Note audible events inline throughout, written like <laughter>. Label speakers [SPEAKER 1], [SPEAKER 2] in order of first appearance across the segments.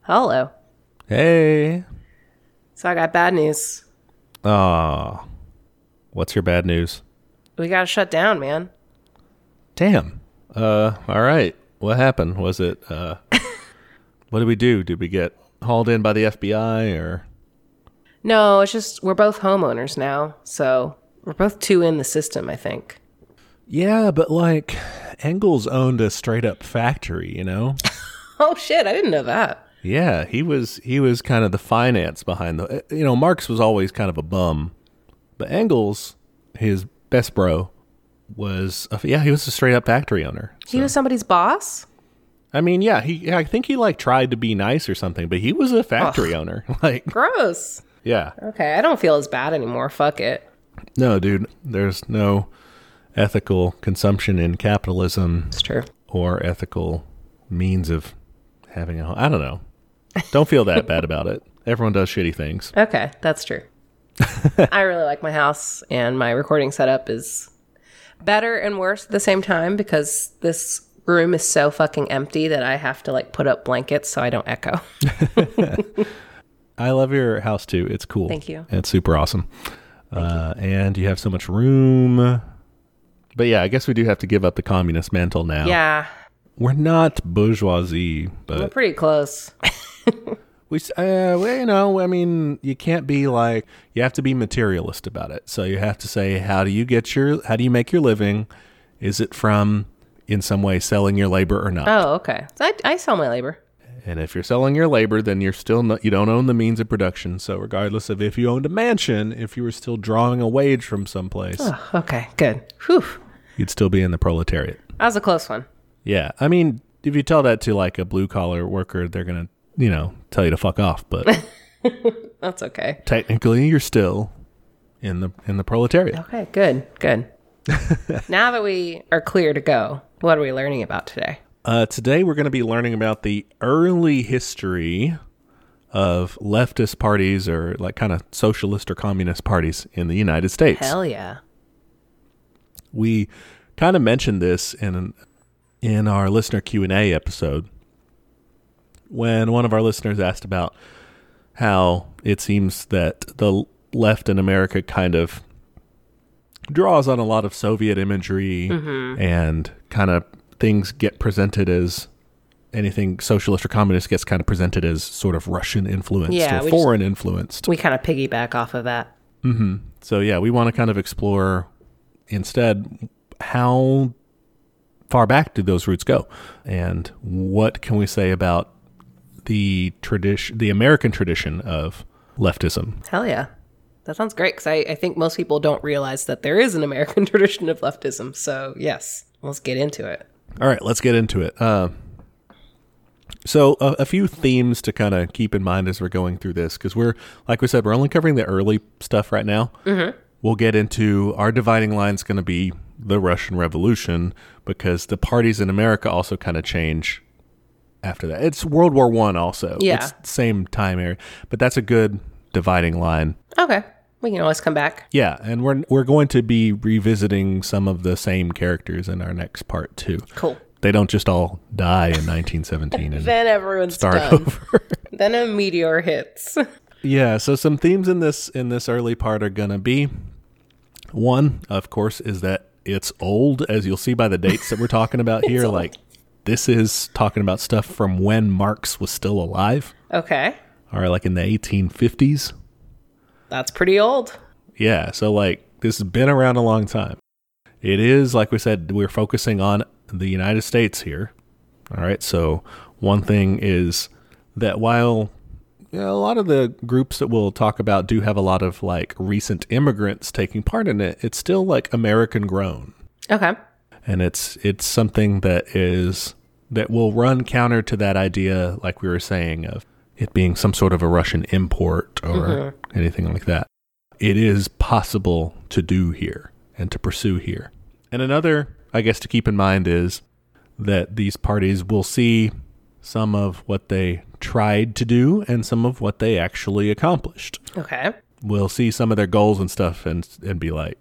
[SPEAKER 1] Hello.
[SPEAKER 2] Hey.
[SPEAKER 1] So I got bad news.
[SPEAKER 2] Aw. What's your bad news?
[SPEAKER 1] We got to shut down, man.
[SPEAKER 2] Damn. Uh, all right. What happened? Was it, <laughs> uh, what did we do? Did we get hauled in by the FBI or?
[SPEAKER 1] No, it's just we're both homeowners now. So we're both two in the system, I think.
[SPEAKER 2] Yeah, but like, Engels owned a straight up factory, you know?
[SPEAKER 1] Oh, shit. I didn't know that.
[SPEAKER 2] <laughs> yeah, he was, he was kind of the finance behind the, eh, you know, Marx was always kind of a bum, but Engels, his best bro, was, a, yeah, he was a straight up factory owner.
[SPEAKER 1] He was somebody's boss?
[SPEAKER 2] I mean, yeah, he. I think he like tried to be nice or something, but he was a factory owner. <laughs> Like,
[SPEAKER 1] Gross.
[SPEAKER 2] yeah,
[SPEAKER 1] Okay. I don't feel as bad anymore. Fuck it.
[SPEAKER 2] no, dude, there's no ethical consumption in capitalism
[SPEAKER 1] It's true.
[SPEAKER 2] or ethical means of having a. I don't know. Don't feel that bad
[SPEAKER 1] <laughs>
[SPEAKER 2] about it. Everyone does shitty things.
[SPEAKER 1] Okay. That's <laughs> true. I really like my house, and my recording setup is better and worse at the same time because this room is so fucking empty that I have to like put up blankets so I don't echo.
[SPEAKER 2] I love your house too. It's cool.
[SPEAKER 1] Thank you.
[SPEAKER 2] It's super awesome. Uh, and you have so much room. But yeah, I guess we do have to give up the communist mantle now.
[SPEAKER 1] Yeah.
[SPEAKER 2] We're not bourgeoisie, but
[SPEAKER 1] We're pretty close.
[SPEAKER 2] We, s- uh, well, you know, I mean, you can't be like you have to be materialist about it. So you have to say, how do you get your, how do you make your living? Is it from, in some way, selling your labor or not?
[SPEAKER 1] Oh, okay. So I, I sell my labor.
[SPEAKER 2] And if you're selling your labor, then you're still not, you don't own the means of production. So regardless of if you owned a mansion, if you were still drawing a wage from someplace,
[SPEAKER 1] Oh, okay, good. Whew.
[SPEAKER 2] you'd still be in the proletariat.
[SPEAKER 1] That was a close one.
[SPEAKER 2] Yeah, I mean, if you tell that to like a blue collar worker, they're gonna, you know, tell you to fuck off. But
[SPEAKER 1] That's okay.
[SPEAKER 2] technically you're still in the in the proletariat.
[SPEAKER 1] Okay, good, good. <laughs> now that we are clear to go, what are we learning about today?
[SPEAKER 2] Uh, today we're going to be learning about the early history of leftist parties or like kind of socialist or communist parties in the United States.
[SPEAKER 1] Hell yeah.
[SPEAKER 2] We kind of mentioned this in in our listener Q&A episode when one of our listeners asked about how it seems that the left in America kind of draws on a lot of Soviet imagery and kind of things get presented as anything socialist or communist gets kind of presented as sort of Russian influenced
[SPEAKER 1] Yeah,
[SPEAKER 2] or
[SPEAKER 1] we just-
[SPEAKER 2] foreign influenced.
[SPEAKER 1] We kind of piggyback off of that.
[SPEAKER 2] So yeah, we want to kind of explore instead how far back do those roots go, and what can we say about the tradition, the American tradition of leftism?
[SPEAKER 1] Hell yeah. That sounds great because I, I think most people don't realize that there is an American <laughs> tradition of leftism. So, yes, let's get into it.
[SPEAKER 2] All right, let's get into it. Uh, so a, a few themes to kind of keep in mind as we're going through this, because we're like we said, we're only covering the early stuff right now. Mm-hmm. We'll get into our dividing line is going to be the Russian Revolution because the parties in America also kind of change after that. It's World War One also.
[SPEAKER 1] Yeah.
[SPEAKER 2] it's same time area, but that's a good dividing line.
[SPEAKER 1] Okay, we can always come back.
[SPEAKER 2] Yeah, and we're we're going to be revisiting some of the same characters in our next part too.
[SPEAKER 1] Cool.
[SPEAKER 2] They don't just all die in 1917 and
[SPEAKER 1] Then everyone's
[SPEAKER 2] start
[SPEAKER 1] done.
[SPEAKER 2] over. <laughs>
[SPEAKER 1] Then a meteor hits. <laughs>
[SPEAKER 2] yeah, so some themes in this in this early part are gonna be one, of course, is that it's old, as you'll see by the dates that we're talking about here. Like this is talking about stuff from when Marx was still alive,
[SPEAKER 1] okay,
[SPEAKER 2] or like in the 1850s.
[SPEAKER 1] that's pretty old.
[SPEAKER 2] Yeah, so like this has been around a long time. It is, like we said, we're focusing on the United States here. All right, so one thing is that while you know, a lot of the groups that we'll talk about do have a lot of like recent immigrants taking part in it, it's still like American grown.
[SPEAKER 1] Okay.
[SPEAKER 2] And it's it's something that is that will run counter to that idea, like we were saying, of it being some sort of a Russian import or anything like that it is possible to do here and to pursue here. And another, I guess, to keep in mind is that these parties will see some of what they tried to do and some of what they actually accomplished.
[SPEAKER 1] Okay.
[SPEAKER 2] We'll see some of their goals and stuff and, and be like,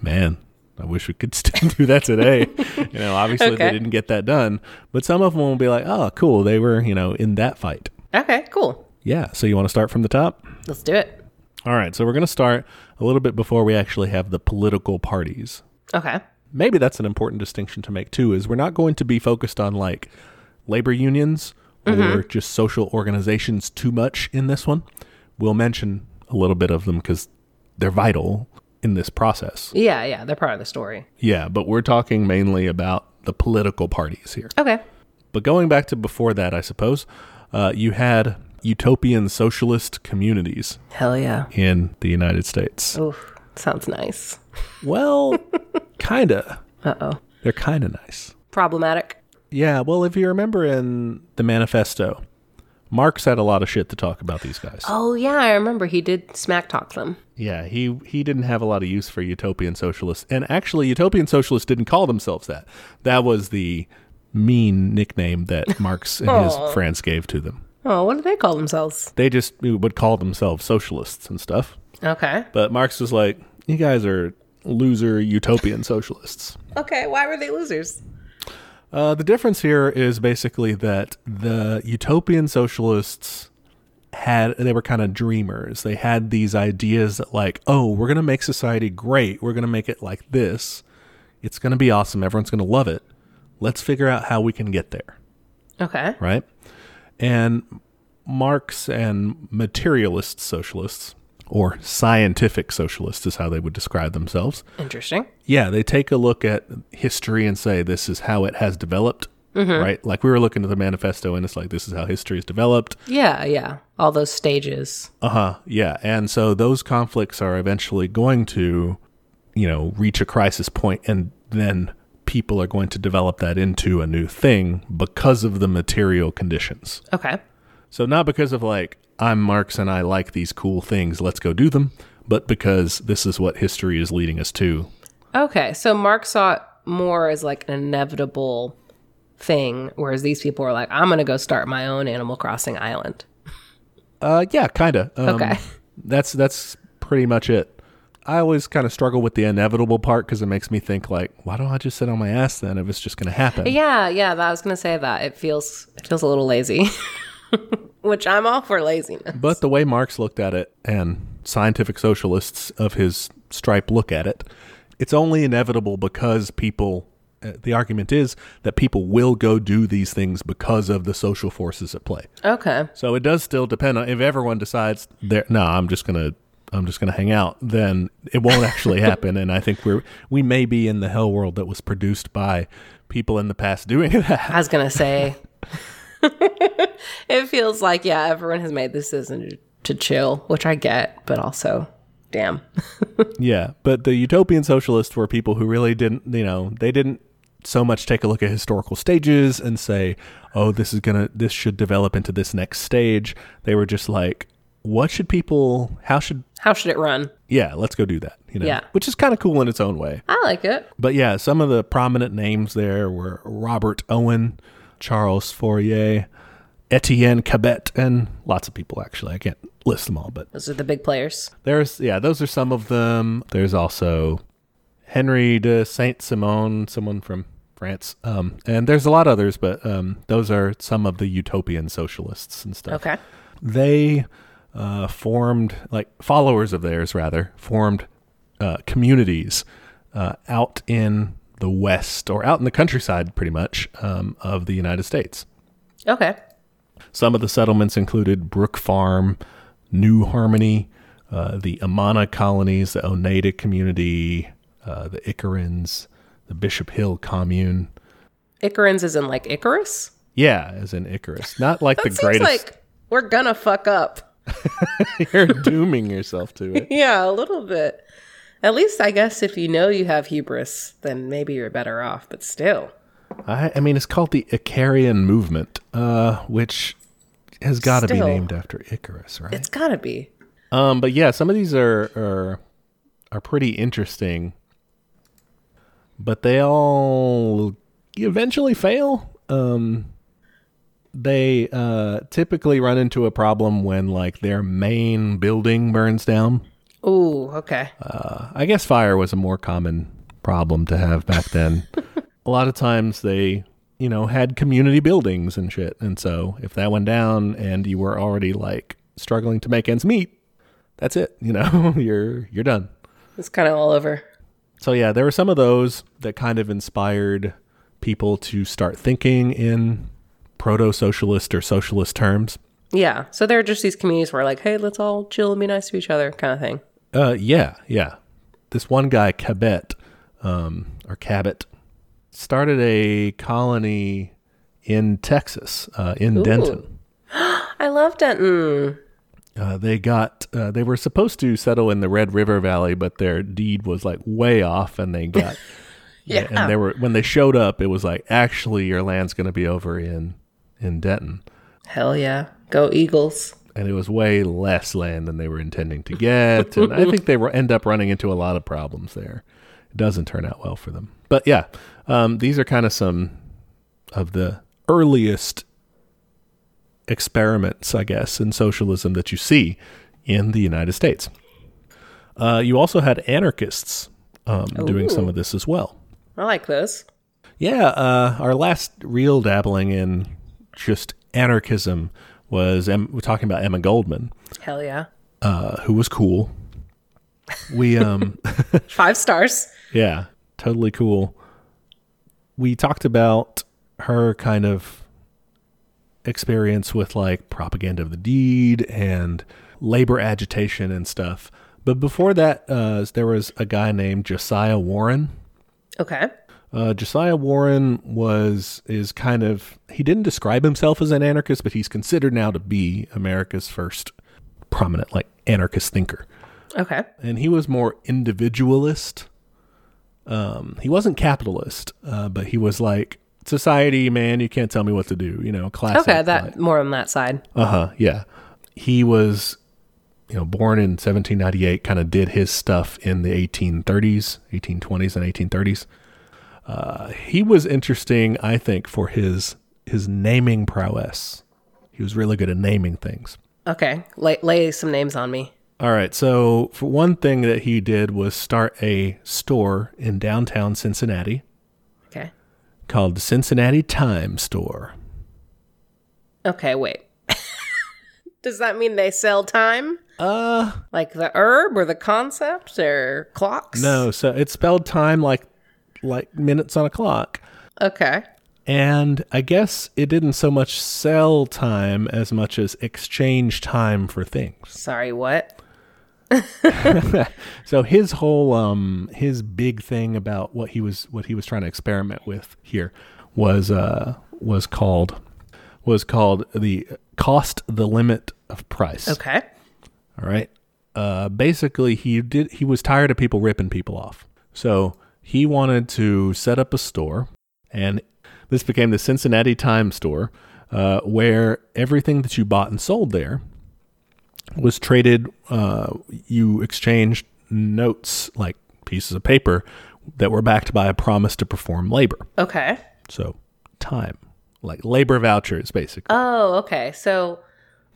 [SPEAKER 2] man, I wish we could <laughs> still do that today. you know, obviously
[SPEAKER 1] Okay.
[SPEAKER 2] they didn't get that done, but some of them will be like, oh, cool, they were, you know, in that fight.
[SPEAKER 1] Okay, cool.
[SPEAKER 2] Yeah. So you want to start from the top?
[SPEAKER 1] Let's do it.
[SPEAKER 2] All right. So we're going to start a little bit before we actually have the political parties.
[SPEAKER 1] Okay.
[SPEAKER 2] Maybe that's an important distinction to make too is we're not going to be focused on like labor unions or just social organizations too much in this one. We'll mention a little bit of them cuz they're vital in this process.
[SPEAKER 1] Yeah, yeah, they're part of the story.
[SPEAKER 2] Yeah, but we're talking mainly about the political parties here.
[SPEAKER 1] Okay.
[SPEAKER 2] But going back to before that, I suppose, uh, you had utopian socialist communities
[SPEAKER 1] Hell yeah.
[SPEAKER 2] in the United States.
[SPEAKER 1] Oof, sounds nice.
[SPEAKER 2] Well, kinda.
[SPEAKER 1] Uh oh.
[SPEAKER 2] They're kinda nice.
[SPEAKER 1] Problematic.
[SPEAKER 2] Yeah, well, if you remember in the manifesto, Marx had a lot of shit to talk about these guys.
[SPEAKER 1] Oh yeah, I remember he did smack talk them.
[SPEAKER 2] Yeah, he he didn't have a lot of use for utopian socialists, and actually, utopian socialists didn't call themselves that. That was the mean nickname that Marx and his
[SPEAKER 1] Aw.
[SPEAKER 2] friends gave to them.
[SPEAKER 1] Oh, what do they call themselves?
[SPEAKER 2] They just uh, would call themselves socialists and stuff.
[SPEAKER 1] Okay.
[SPEAKER 2] But Marx was like, "You guys are loser utopian socialists."
[SPEAKER 1] Okay, why were they losers?
[SPEAKER 2] Uh, the difference here is basically that the utopian socialists had they were kind of dreamers. They had these ideas that like, oh, we're gonna make society great. We're gonna make it like this. It's gonna be awesome. Everyone's gonna love it. Let's figure out how we can get there,
[SPEAKER 1] Okay.
[SPEAKER 2] right? And Marx and materialist socialists or scientific socialists is how they would describe themselves
[SPEAKER 1] Interesting.
[SPEAKER 2] yeah, they take a look at history and say this is how it has developed, right? Like we were looking at the manifesto and it's like this is how history is developed.
[SPEAKER 1] Yeah, yeah. All those stages.
[SPEAKER 2] Uh huh. Yeah, and so those conflicts are eventually going to, you know, reach a crisis point, and then people are going to develop that into a new thing because of the material conditions.
[SPEAKER 1] Okay.
[SPEAKER 2] So not because of like I'm Marx and I like these cool things, let's go do them, but because this is what history is leading us to.
[SPEAKER 1] Okay. So Mark saw it more as like an inevitable thing, whereas these people are like, I'm gonna go start my own Animal Crossing Island.
[SPEAKER 2] Uh, yeah, kind of. Um,
[SPEAKER 1] Okay. <laughs>
[SPEAKER 2] That's that's pretty much it. I always kind of struggle with the inevitable part because it makes me think like, why don't I just sit on my ass then if it's just going to happen?
[SPEAKER 1] Yeah, yeah, that- I was gonna say that. It feels it feels a little lazy. <laughs> Which I'm all for laziness.
[SPEAKER 2] But the way Marx looked at it and scientific socialists of his stripe look at it, it's only inevitable because people. Uh, the argument is that people will go do these things because of the social forces at play.
[SPEAKER 1] Okay.
[SPEAKER 2] So it does still depend on if everyone decides there. No, I'm just gonna I'm just gonna hang out. Then it won't <laughs> actually happen. And I think we're we may be in the hell world that was produced by people in the past doing <laughs> that.
[SPEAKER 1] I was gonna say <laughs> it feels like, yeah, everyone has made this decision to chill, which I get, but also damn. <laughs>
[SPEAKER 2] yeah, but the utopian socialists were people who really didn't. You know, they didn't so much take a look at historical stages and say, "Oh, this is gonna this should develop into this next stage." They were just like, "What should people? How should?"
[SPEAKER 1] How should it run?
[SPEAKER 2] Yeah, let's go do that. You know,
[SPEAKER 1] Yeah.
[SPEAKER 2] which is kind of cool in its own way.
[SPEAKER 1] I like it.
[SPEAKER 2] But yeah, some of the prominent names there were Robert Owen, Charles Fourier, Etienne Cabet, and lots of people actually. I can't list them all, but
[SPEAKER 1] Those are the big players.
[SPEAKER 2] there's yeah, those are some of them. There's also Henry de Saint Simon, someone from France, um, and there's a lot others, but um, those are some of the utopian socialists and stuff
[SPEAKER 1] Okay.
[SPEAKER 2] they uh, formed like followers of theirs rather formed uh, communities uh, out in the west or out in the countryside pretty much um, of the united states
[SPEAKER 1] Okay.
[SPEAKER 2] some of the settlements included brook farm new harmony uh, the amana colonies the oneida community uh, the icarans the bishop hill commune
[SPEAKER 1] Icarans is in like Icarus?
[SPEAKER 2] yeah as in icarus not like the
[SPEAKER 1] It seems
[SPEAKER 2] greatest
[SPEAKER 1] like we're gonna fuck up. <laughs>
[SPEAKER 2] <laughs> you're dooming yourself to it
[SPEAKER 1] Yeah, a little bit. At least I guess if you know you have hubris, then maybe you're better off, but still.
[SPEAKER 2] I, I mean, it's called the Icarian movement, uh, which has got to be
[SPEAKER 1] Still.
[SPEAKER 2] named after Icarus, right?
[SPEAKER 1] It's gotta be.
[SPEAKER 2] Um, but yeah, some of these are are are pretty interesting, but they all eventually fail. Um, they uh, typically run into a problem when like their main building burns down.
[SPEAKER 1] Ooh, okay.
[SPEAKER 2] I guess fire was a more common problem to have back then. a lot of times they you know, had community buildings and shit. And so if that went down and you were already like struggling to make ends meet, that's it. You know, <laughs> you're you're done.
[SPEAKER 1] It's kind of all over.
[SPEAKER 2] So yeah, there were some of those that kind of inspired people to start thinking in proto-socialist or socialist terms.
[SPEAKER 1] Yeah. So there are just these communities where like, hey, let's all chill and be nice to each other kind of thing.
[SPEAKER 2] Uh, yeah, yeah. This one guy, Cabet, um, or Cabot, started a colony in Texas, uh, in
[SPEAKER 1] Ooh.
[SPEAKER 2] Denton.
[SPEAKER 1] I love Denton.
[SPEAKER 2] Uh, they got uh, they were supposed to settle in the Red River Valley, but their deed was like way off, and they got
[SPEAKER 1] <laughs> Yeah.
[SPEAKER 2] and they were when they showed up, it was like actually your land's going to be over in in Denton,
[SPEAKER 1] Hell yeah. Go Eagles.
[SPEAKER 2] and it was way less land than they were intending to get, and I think they were, end up running into a lot of problems there. It doesn't turn out well for them, but yeah, um, these are kind of some of the earliest experiments, I guess, in socialism that you see in the United States. Uh, you also had anarchists um, doing some of this as well.
[SPEAKER 1] I like those.
[SPEAKER 2] Yeah, uh, our last real dabbling in just anarchism was em- we're talking about Emma Goldman,
[SPEAKER 1] Hell yeah.
[SPEAKER 2] uh, who was cool. We um,
[SPEAKER 1] Five stars.
[SPEAKER 2] Yeah, totally cool. We talked about her kind of experience with like propaganda of the deed and labor agitation and stuff. But before that, uh, there was a guy named Josiah Warren.
[SPEAKER 1] Okay.
[SPEAKER 2] Uh, Josiah Warren was is kind of he didn't describe himself as an anarchist, but he's considered now to be America's first prominent like anarchist thinker
[SPEAKER 1] Okay.
[SPEAKER 2] and he was more individualist. Um, he wasn't capitalist, uh, but he was like society man. You can't tell me what to do. You know, classic.
[SPEAKER 1] Okay, that more on that side.
[SPEAKER 2] Uh huh. Yeah, he was, you know, born in 1798. Kind of did his stuff in the 1830s, 1820s, and 1830s. Uh, he was interesting, I think, for his his naming prowess. He was really good at naming things.
[SPEAKER 1] Okay. Lay, lay some names on me.
[SPEAKER 2] All right. So, for one thing that he did was start a store in downtown Cincinnati
[SPEAKER 1] Okay.
[SPEAKER 2] called the Cincinnati Time Store.
[SPEAKER 1] Okay, wait. <laughs> Does that mean they sell time?
[SPEAKER 2] Uh,
[SPEAKER 1] Like the herb or the concept or clocks?
[SPEAKER 2] no. So it's spelled time like like minutes on a clock.
[SPEAKER 1] Okay.
[SPEAKER 2] And I guess it didn't so much sell time as much as exchange time for things.
[SPEAKER 1] Sorry, what?
[SPEAKER 2] <laughs> So his whole um his big thing about what he was what he was trying to experiment with here was uh was called was called the cost the limit of price.
[SPEAKER 1] Okay.
[SPEAKER 2] All right. Uh basically he did he was tired of people ripping people off. So he wanted to set up a store and this became the Cincinnati Time store uh where everything that you bought and sold there was traded uh you exchanged notes like pieces of paper that were backed by a promise to perform labor.
[SPEAKER 1] Okay.
[SPEAKER 2] So time like labor vouchers basically.
[SPEAKER 1] Oh, okay. So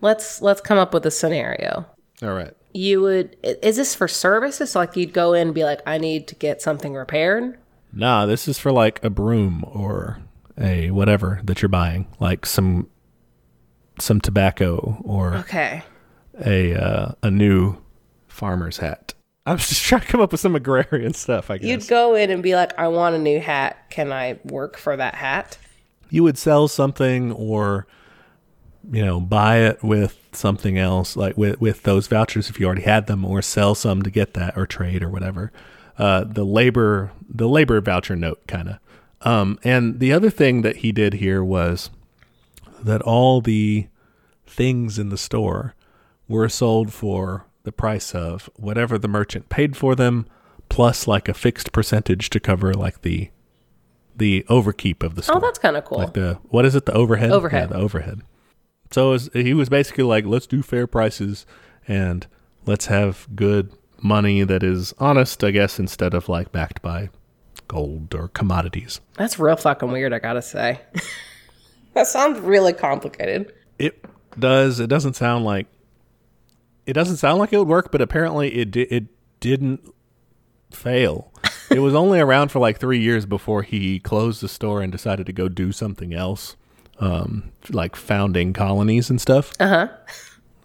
[SPEAKER 1] let's let's come up with a scenario.
[SPEAKER 2] All right.
[SPEAKER 1] You would i- is this for services? Like you'd go in and be like, I need to get something repaired.
[SPEAKER 2] Nah, this is for like a broom or a whatever that you're buying, like some some tobacco or
[SPEAKER 1] Okay.
[SPEAKER 2] a uh, a new farmer's hat. I'm just trying to come up with some agrarian stuff. I guess
[SPEAKER 1] You'd go in and be like, I want a new hat. Can I work for that hat?
[SPEAKER 2] you would sell something or you know buy it with something else like with with those vouchers if you already had them or sell some to get that or trade or whatever uh the labor the labor voucher note kind of um and the other thing that he did here was that all the things in the store were sold for the price of whatever the merchant paid for them plus like a fixed percentage to cover like the the overkeep of the store
[SPEAKER 1] Oh, that's kind of cool.
[SPEAKER 2] like the what is it the overhead
[SPEAKER 1] Overhead.
[SPEAKER 2] yeah, the overhead so it was, he was basically like let's do fair prices and let's have good money that is honest i guess instead of like backed by gold or commodities
[SPEAKER 1] That's real fucking weird, I gotta say. that sounds really complicated.
[SPEAKER 2] it does it doesn't sound like it doesn't sound like it would work but apparently it di- it didn't fail it was only around for like three years before he closed the store and decided to go do something else, um, like founding colonies and stuff. Uh-huh.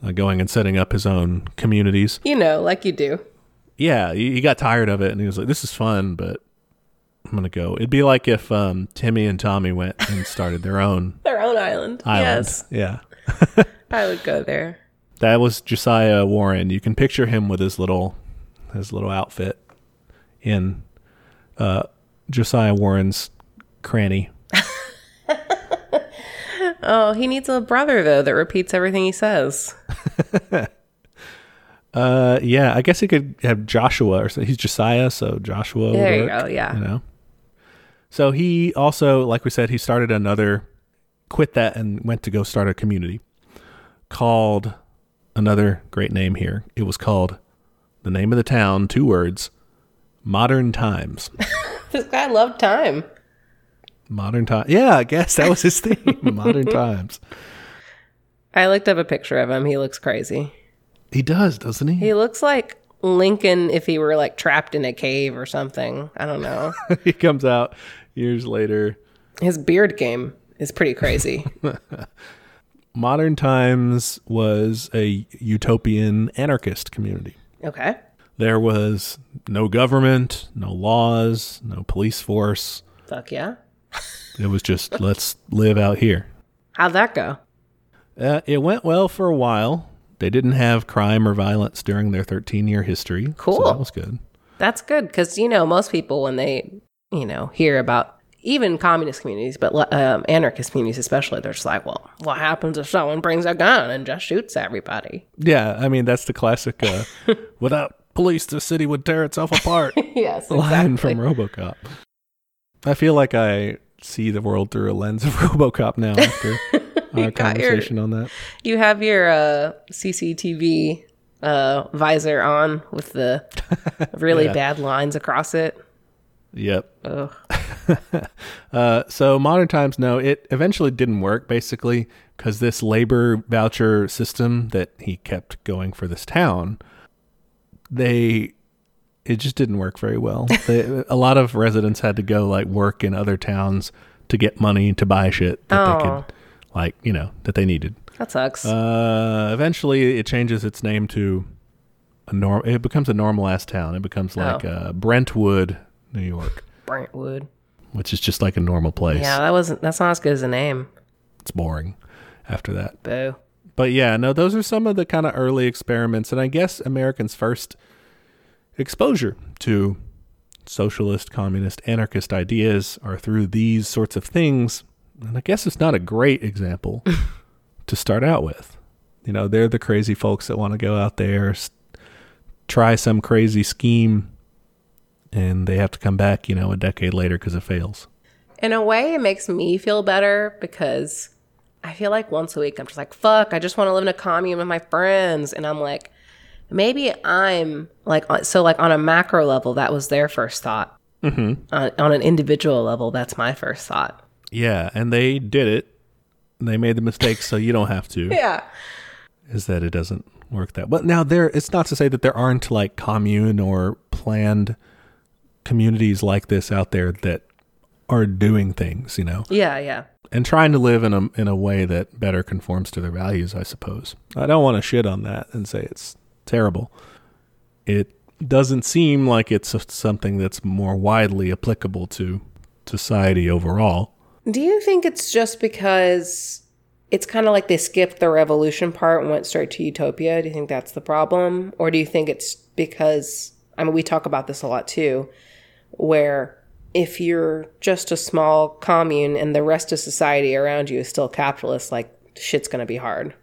[SPEAKER 2] Uh Going and setting up his own communities.
[SPEAKER 1] You know, like you do.
[SPEAKER 2] Yeah, he, he got tired of it and he was like, "This is fun, but I'm gonna go." It'd be like if um, Timmy and Tommy went and started their own
[SPEAKER 1] Their own island.
[SPEAKER 2] island.
[SPEAKER 1] <laughs> Yes,
[SPEAKER 2] Yeah.
[SPEAKER 1] I would go there.
[SPEAKER 2] That was Josiah Warren. You can picture him with his little his little outfit in uh, Josiah Warren's cranny.
[SPEAKER 1] Oh, he needs a brother though that repeats everything he says. <laughs>
[SPEAKER 2] Uh, yeah, I guess he could have Joshua or so. He's Josiah, so Joshua. would
[SPEAKER 1] There you
[SPEAKER 2] work,
[SPEAKER 1] go, yeah.
[SPEAKER 2] you know. So he also, like we said, he started another, quit that and went to go start a community called another great name here. It was called the name of the town, two words, Modern Times.
[SPEAKER 1] This guy loved time.
[SPEAKER 2] Modern time. Yeah, I guess that was his theme. Modern times.
[SPEAKER 1] I looked up a picture of him. He looks crazy.
[SPEAKER 2] He does, doesn't he?
[SPEAKER 1] He looks like Lincoln if he were like trapped in a cave or something. I don't <laughs> know.
[SPEAKER 2] <laughs> he comes out years later.
[SPEAKER 1] His beard game is pretty <laughs> crazy.
[SPEAKER 2] Modern times was a utopian anarchist community.
[SPEAKER 1] Okay.
[SPEAKER 2] There was no government, no laws, no police force.
[SPEAKER 1] Fuck yeah.
[SPEAKER 2] It was just let's live out here.
[SPEAKER 1] How'd that go?
[SPEAKER 2] Uh, it went well for a while. They didn't have crime or violence during their 13 year history.
[SPEAKER 1] Cool.
[SPEAKER 2] So that was good.
[SPEAKER 1] That's good because you know most people when they you know hear about even communist communities, but um, anarchist communities especially, they're just like, well, what happens if someone brings a gun and just shoots everybody?
[SPEAKER 2] Yeah, I mean, that's the classic uh, without police, the city would tear itself apart.
[SPEAKER 1] yes,
[SPEAKER 2] line
[SPEAKER 1] exactly.
[SPEAKER 2] from RoboCop. I feel like I see the world through a lens of <laughs> RoboCop now
[SPEAKER 1] <laughs>
[SPEAKER 2] after our
[SPEAKER 1] got your-
[SPEAKER 2] conversation on that.
[SPEAKER 1] you have your uh, CCTV uh, visor on with the really bad lines across it.
[SPEAKER 2] Yep.
[SPEAKER 1] Ugh.
[SPEAKER 2] <laughs> Uh, so modern times, no, it eventually didn't work basically because this labor voucher system that he kept going for this town, they, it just didn't work
[SPEAKER 1] <laughs>
[SPEAKER 2] very well. they, a lot of residents had to go like work in other towns to get money to buy shit that they
[SPEAKER 1] Oh.
[SPEAKER 2] could, like you know, that they needed.
[SPEAKER 1] That sucks.
[SPEAKER 2] Uh, eventually, it changes its name to a norm. It becomes a normal ass town. It becomes like uh, Brentwood, New York,
[SPEAKER 1] Brentwood.
[SPEAKER 2] which is just like a normal place.
[SPEAKER 1] Yeah, that wasn't. That's not as good as a name.
[SPEAKER 2] It's boring after that.
[SPEAKER 1] Boo.
[SPEAKER 2] But yeah, no, those are some of the kind of early experiments, and I guess Americans' first exposure to socialist, communist, anarchist ideas are through these sorts of things. And I guess it's not a great <laughs> example to start out with. You know, they're the crazy folks that want to go out there, s- try some crazy scheme, and they have to come back, you know, a decade later because it fails.
[SPEAKER 1] In a way, it makes me feel better because I feel like once a week I'm just like, fuck, I just want to live in a commune with my friends. And I'm like, maybe I'm like, on- so like on a macro level, that was their first thought. Mm-hmm. On, on an individual level, that's my first thought.
[SPEAKER 2] Yeah, and they did it. And they made the mistake, so you don't have <laughs> to.
[SPEAKER 1] Yeah.
[SPEAKER 2] is that it doesn't work that well. Now there it's not to say that there aren't like commune or planned communities like this out there that are doing things, you know,
[SPEAKER 1] Yeah. Yeah.
[SPEAKER 2] and trying to live in a in a way that better conforms to their values, I suppose. I don't want to shit on that and say it's terrible. It doesn't seem like it's something that's more widely applicable to society overall.
[SPEAKER 1] Do you think it's just because it's kind of like they skipped the revolution part and went straight to utopia? Do you think that's the problem? Or do you think it's because, I mean, we talk about this a lot too, where if you're just a small commune and the rest of society around you is still capitalist, like shit's going to be hard.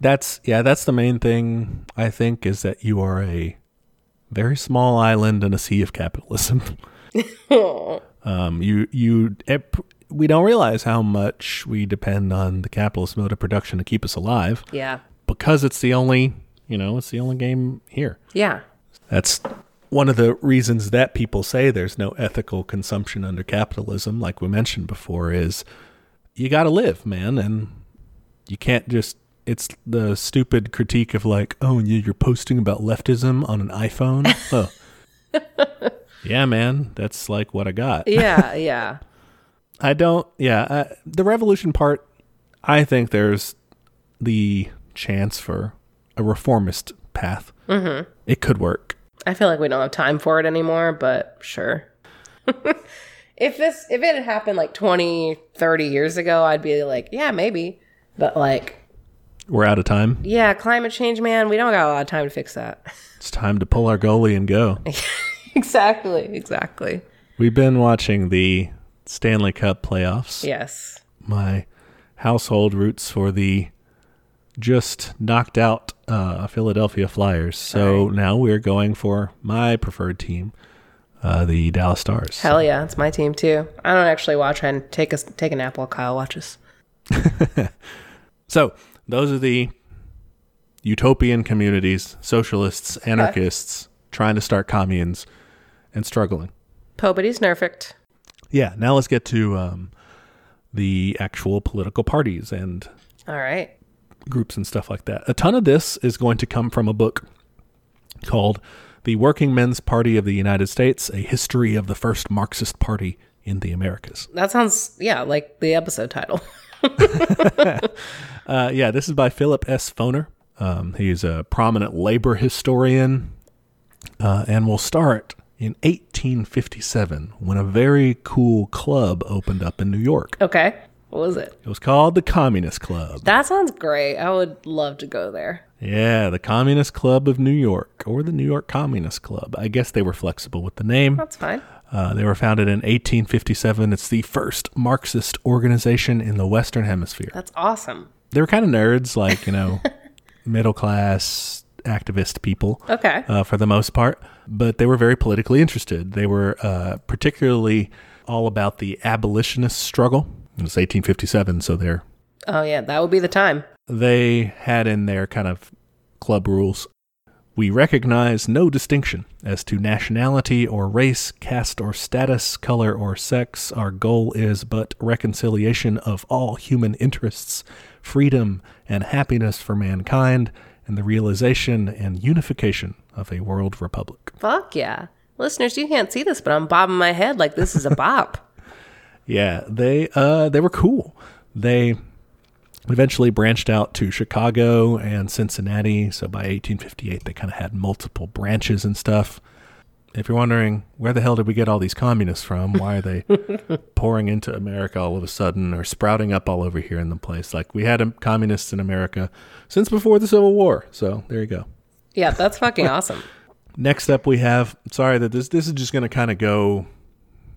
[SPEAKER 2] That's yeah, that's the main thing I think is that you are a very small island in a sea of capitalism. <laughs> um, you you it, we don't realize how much we depend on the capitalist mode of production to keep us alive
[SPEAKER 1] Yeah.
[SPEAKER 2] because it's the only you know it's the only game here.
[SPEAKER 1] Yeah.
[SPEAKER 2] That's one of the reasons that people say there's no ethical consumption under capitalism, like we mentioned before, is you got to live, man. And you can't just, it's the stupid critique of like, oh, and you- you're posting about leftism on an iPhone. Oh. yeah, man, that's like what I got.
[SPEAKER 1] Yeah, yeah.
[SPEAKER 2] I don't. Yeah, I, the revolution part. I think there's the chance for a reformist path. Mm-hmm. It could work.
[SPEAKER 1] I feel like we don't have time for it anymore, but sure. <laughs> if this if it had happened like 20, 30 years ago, I'd be like, yeah, maybe. But like,
[SPEAKER 2] We're out of time.
[SPEAKER 1] yeah, climate change, man, we don't got a lot of time to fix that. <laughs>
[SPEAKER 2] It's time to pull our goalie and go.
[SPEAKER 1] exactly, exactly.
[SPEAKER 2] We've been watching the Stanley Cup playoffs.
[SPEAKER 1] Yes.
[SPEAKER 2] My household roots for the just knocked out uh, Philadelphia Flyers. So now we're going for my preferred team, uh, the Dallas Stars.
[SPEAKER 1] Hell yeah, it's my team too. I don't actually watch. I take us take a nap while Kyle watches.
[SPEAKER 2] So those are the utopian communities, socialists, anarchists trying to start communes and struggling.
[SPEAKER 1] Poe, but he's nerfect.
[SPEAKER 2] Yeah, now let's get to um, the actual political parties and
[SPEAKER 1] All right.
[SPEAKER 2] groups and stuff like that. A ton of this is going to come from a book called The Working Men's Party of the United States A History of the First Marxist Party in the Americas.
[SPEAKER 1] That sounds yeah, like the episode title. <laughs>
[SPEAKER 2] Uh, yeah, this is by Philip S. Foner. Um, he's a prominent labor historian, uh, and we'll start in 1857 when a very cool club opened up in New York.
[SPEAKER 1] Okay. What was it?
[SPEAKER 2] It was called the Communist Club.
[SPEAKER 1] That sounds great. I would love to go there.
[SPEAKER 2] Yeah, the Communist Club of New York, or the New York Communist Club. I guess they were flexible with the name.
[SPEAKER 1] That's fine.
[SPEAKER 2] Uh, they were founded in 1857. It's the first Marxist organization in the Western Hemisphere.
[SPEAKER 1] That's awesome.
[SPEAKER 2] They were kind of nerds, like, you know, middle class activist people
[SPEAKER 1] Okay.
[SPEAKER 2] uh, for the most part, but they were very politically interested. They were uh, particularly all about the abolitionist struggle. It was 1857, so they're
[SPEAKER 1] Oh yeah, that would be the time.
[SPEAKER 2] they had in their kind of club rules we recognize no distinction as to nationality or race, caste or status, color or sex. Our goal is but reconciliation of all human interests, freedom and happiness for mankind, and the realization and unification of a world republic.
[SPEAKER 1] Fuck yeah. Listeners, you can't see this, but I'm bobbing my head like this is a bop.
[SPEAKER 2] <laughs> Yeah, they uh they were cool. They eventually branched out to Chicago and Cincinnati. So by 1858, they kind of had multiple branches and stuff. If you're wondering where the hell did we get all these communists from? Why are
[SPEAKER 1] <laughs>
[SPEAKER 2] they pouring into America all of a sudden or sprouting up all over here in the place? Like we had um, communists in America since before the Civil War. So there you go.
[SPEAKER 1] yeah, that's fucking awesome.
[SPEAKER 2] Next up, we have. Sorry that this this is just going to kind of go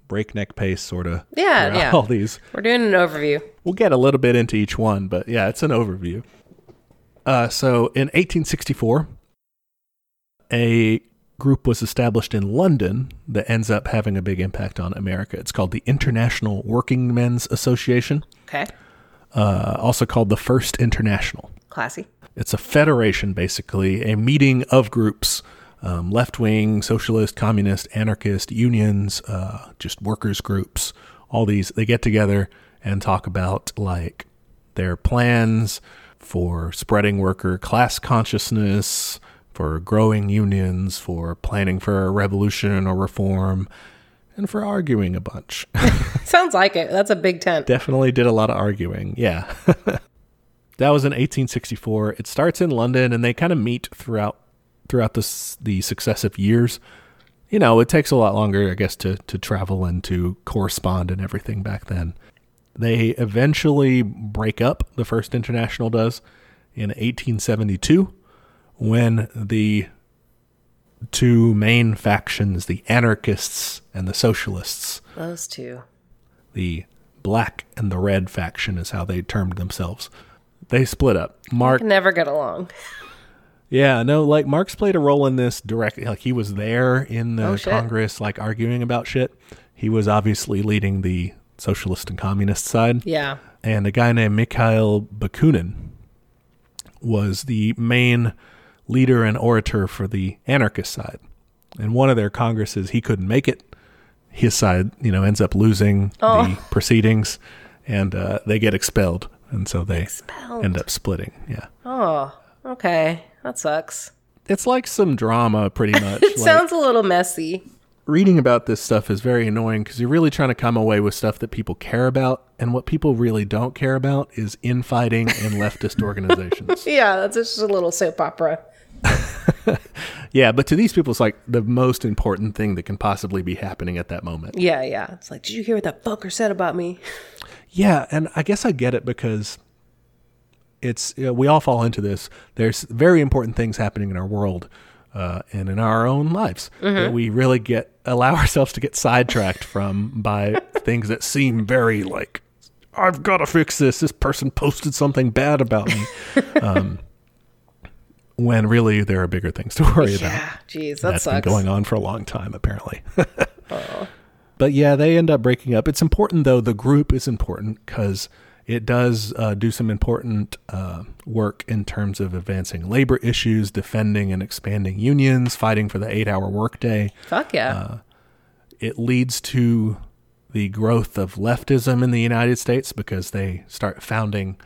[SPEAKER 2] breakneck pace, sort of.
[SPEAKER 1] Yeah, yeah.
[SPEAKER 2] <laughs> All these.
[SPEAKER 1] We're doing an overview.
[SPEAKER 2] We'll get a little bit into each one, but yeah, it's an overview. Uh, so in 1864, a group was established in London that ends up having a big impact on America. It's called the International Working Men's Association,
[SPEAKER 1] Okay.
[SPEAKER 2] uh, also called the First International.
[SPEAKER 1] Classy.
[SPEAKER 2] It's a federation, basically, a meeting of groups um, left wing, socialist, communist, anarchist, unions, uh, just workers' groups. All these, they get together and talk about like their plans for spreading worker class consciousness, for growing unions, for planning for a revolution or reform, and for arguing a bunch
[SPEAKER 1] Sounds like it. That's a big tent.
[SPEAKER 2] definitely did a lot of arguing. Yeah. <laughs> that was in 1864. It starts in London and they kind of meet throughout throughout the s- the successive years. You know, it takes a lot longer, I guess, to to travel and to correspond and everything back then. They eventually break up, the first international does, in 1872 when the two main factions, the anarchists and the socialists,
[SPEAKER 1] Those two.
[SPEAKER 2] the black and the red faction is how they termed themselves. They split up. Mark,
[SPEAKER 1] Can never get along.
[SPEAKER 2] yeah, no, like Mark's played a role in this directly. Like he was there in the
[SPEAKER 1] Oh, shit.
[SPEAKER 2] Congress, like arguing about shit. He was obviously leading the socialist and communist side,
[SPEAKER 1] Yeah.
[SPEAKER 2] and a guy named Mikhail Bakunin was the main leader and orator for the anarchist side. In one of their congresses, he couldn't make it. His side, you know, ends up losing the <laughs> proceedings, and uh, they get expelled, and so they
[SPEAKER 1] Expelled.
[SPEAKER 2] end up splitting. Yeah,
[SPEAKER 1] Oh, okay. That sucks.
[SPEAKER 2] it's like some drama, pretty much.
[SPEAKER 1] Sounds a little messy.
[SPEAKER 2] reading about this stuff is very annoying because you're really trying to come away with stuff that people care about, and what people really don't care about is infighting and leftist organizations.
[SPEAKER 1] Yeah, that's just a little soap opera.
[SPEAKER 2] Yeah, but to these people, it's like the most important thing that can possibly be happening at that moment.
[SPEAKER 1] Yeah, yeah. It's like, did you hear what that fucker said about me?
[SPEAKER 2] Yeah, and I guess I get it because it's you know, we all fall into this. There's very important things happening in our world uh, and in our own lives that we really get allow <laughs> ourselves to get sidetracked from by things that seem very like I've got to fix this. This person posted something bad about me. Um, when really there are bigger things to worry about
[SPEAKER 1] Yeah, <laughs> jeez, that
[SPEAKER 2] that's
[SPEAKER 1] sucks.
[SPEAKER 2] been going on for a long time
[SPEAKER 1] <laughs>
[SPEAKER 2] apparently <laughs> but yeah they end up breaking up it's important though the group is important because it does uh, do some important uh, work in terms of advancing labor issues defending and expanding unions fighting for the eight hour workday
[SPEAKER 1] Fuck yeah.
[SPEAKER 2] it leads to the growth of leftism in the united states because they start founding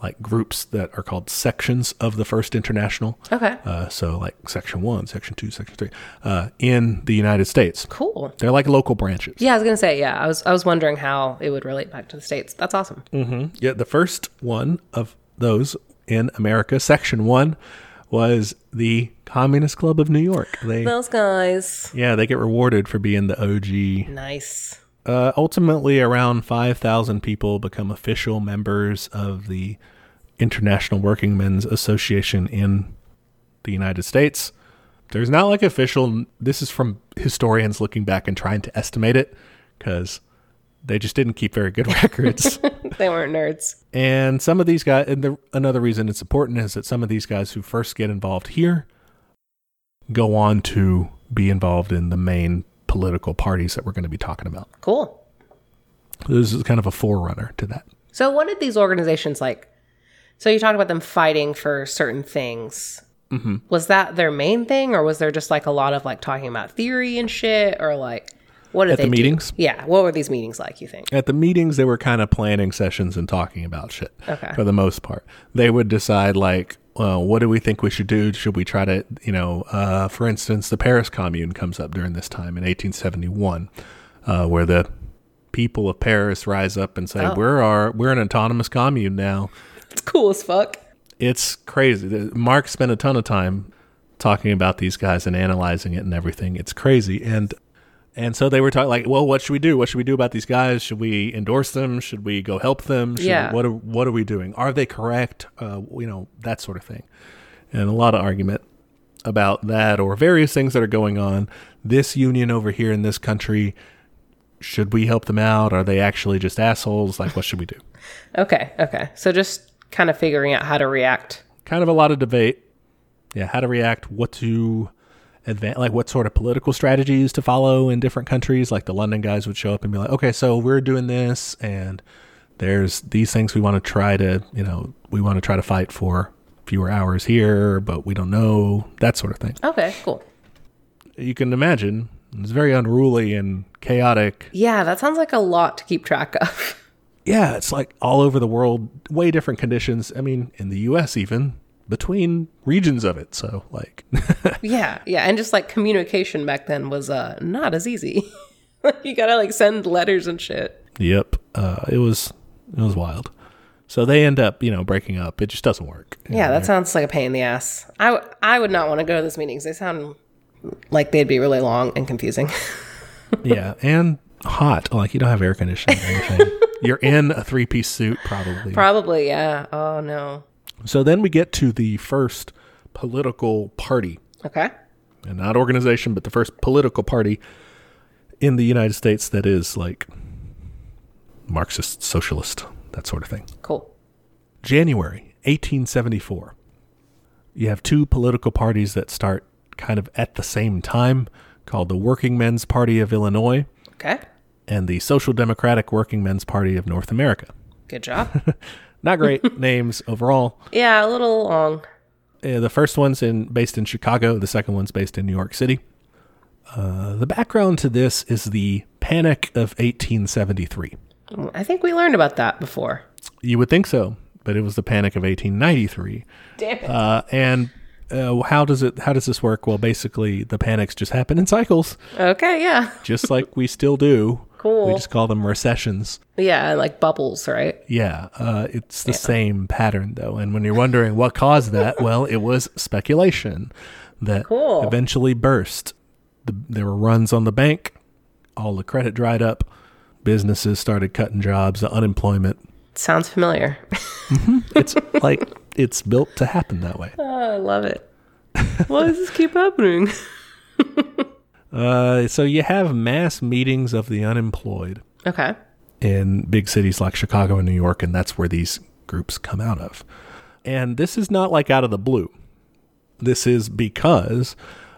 [SPEAKER 2] like groups that are called sections of the first international
[SPEAKER 1] okay.
[SPEAKER 2] uh, so like section one, section two, section three, uh, in the United States.
[SPEAKER 1] cool.
[SPEAKER 2] They're like local branches.
[SPEAKER 1] Yeah, I was gonna say, yeah. I was I was wondering how it would relate back to the States. That's awesome.
[SPEAKER 2] Mm. Yeah, the first one of those in America, section one, was the Communist Club of New York. They
[SPEAKER 1] Those guys.
[SPEAKER 2] yeah, they get rewarded for being the OG.
[SPEAKER 1] Nice. <laughs>
[SPEAKER 2] Uh, ultimately, around five thousand people become official members of the International Working Men's Association in the United States. There's not like official. This is from historians looking back and trying to estimate it because they just didn't keep very good <laughs> records.
[SPEAKER 1] they weren't nerds.
[SPEAKER 2] and some of these guys, and the, another reason it's important is that some of these guys who first get involved here go on to be involved in the main political parties that we're going to be talking about.
[SPEAKER 1] Cool.
[SPEAKER 2] This is kind of a forerunner to that.
[SPEAKER 1] So what did these organizations like? So you talked about them fighting for certain things.
[SPEAKER 2] Mm-hmm.
[SPEAKER 1] Was that their main thing, or was there just like a lot of like talking about theory and shit, or like what did
[SPEAKER 2] At
[SPEAKER 1] they
[SPEAKER 2] the
[SPEAKER 1] do?
[SPEAKER 2] meetings?
[SPEAKER 1] Yeah, what were these meetings like? You think?
[SPEAKER 2] At the meetings, they were kind of planning sessions and talking about shit
[SPEAKER 1] Okay.
[SPEAKER 2] for the most part. They would decide, like, well, what do we think we should do? Should we try to, you know, uh, for instance, the Paris Commune comes up during this time in 1871, uh, where the people of Paris rise up and say, we're, our, we're an autonomous commune now.
[SPEAKER 1] It's cool as fuck.
[SPEAKER 2] It's crazy. The- Mark spent a ton of time talking about these guys and analyzing it and everything. It's crazy. And and so they were talking like, well, what should we do? What should we do about these guys? Should we endorse them? Should we go help them? Should
[SPEAKER 1] Yeah.
[SPEAKER 2] We, what are what are we doing? Are they correct? Uh, you know that sort of thing. And a lot of argument about that or various things that are going on. This union over here in this country, should we help them out? Are they actually just assholes? Like, what should we do?
[SPEAKER 1] Okay, okay. So just kind of figuring out how to react.
[SPEAKER 2] kind of a lot of debate. Yeah, how to react, what to advance, like what sort of political strategies to follow in different countries. Like the London guys would show up and be like, okay, so we're doing this, and there's these things we want to try to, you know, we want to try to fight for fewer hours here, but we don't know, that sort of thing.
[SPEAKER 1] Okay, cool.
[SPEAKER 2] You can imagine it's very unruly and chaotic.
[SPEAKER 1] Yeah, that sounds like a lot to keep track of. <laughs>
[SPEAKER 2] Yeah, it's like all over the world, way different conditions. I mean, in the US, even between regions of it. So, like, <laughs>
[SPEAKER 1] yeah, yeah, and just like communication back then was uh not as easy. <laughs> you gotta like send letters and shit.
[SPEAKER 2] Yep. Uh, it was it was wild. So they end up, you know, breaking up. It just doesn't work.
[SPEAKER 1] Yeah, that sounds like a pain in the ass. I, w- I would not want to go to those meetings. They sound like they'd be really long and confusing. <laughs>
[SPEAKER 2] yeah, and hot. Like you don't have air conditioning or anything. You're in a three piece suit probably.
[SPEAKER 1] Probably, yeah. Oh, no.
[SPEAKER 2] so then we get to the first political party,
[SPEAKER 1] Okay.
[SPEAKER 2] and not organization, but the first political party in the United States that is like Marxist socialist, that sort of thing.
[SPEAKER 1] Cool.
[SPEAKER 2] January 1874. You have two political parties that start kind of at the same time, called the Working Men's Party of Illinois
[SPEAKER 1] Okay.
[SPEAKER 2] and the Social Democratic Working Men's Party of North America.
[SPEAKER 1] Good job.
[SPEAKER 2] Not great names overall.
[SPEAKER 1] <laughs> yeah, a little long.
[SPEAKER 2] Uh, the first one's in based in Chicago. The second one's based in New York City. Uh, the background to this is the Panic of 1873.
[SPEAKER 1] I think we learned about that before.
[SPEAKER 2] You would think so, but it was the Panic of 1893.
[SPEAKER 1] Damn it.
[SPEAKER 2] Uh, and uh, how does it how does this work? Well, basically, the panics just happen in cycles,
[SPEAKER 1] <laughs> Okay, yeah. <laughs>
[SPEAKER 2] just like we still do. We
[SPEAKER 1] Cool.
[SPEAKER 2] just call them recessions.
[SPEAKER 1] Yeah, and like bubbles, right?
[SPEAKER 2] Yeah, uh, it's the same pattern though. And when you're wondering what caused
[SPEAKER 1] <laughs>
[SPEAKER 2] that, well, it was speculation that
[SPEAKER 1] Cool.
[SPEAKER 2] eventually burst. The, there were runs on the bank, all the credit dried up, businesses started cutting jobs, the unemployment.
[SPEAKER 1] Sounds familiar. <laughs>
[SPEAKER 2] It's like it's built to happen that way.
[SPEAKER 1] Oh, I love it. Why does this keep happening? <laughs>
[SPEAKER 2] Uh, so you have mass meetings of the unemployed
[SPEAKER 1] Okay.
[SPEAKER 2] in big cities like Chicago and New York, and that's where these groups come out of. And this is not like out of the blue. This is because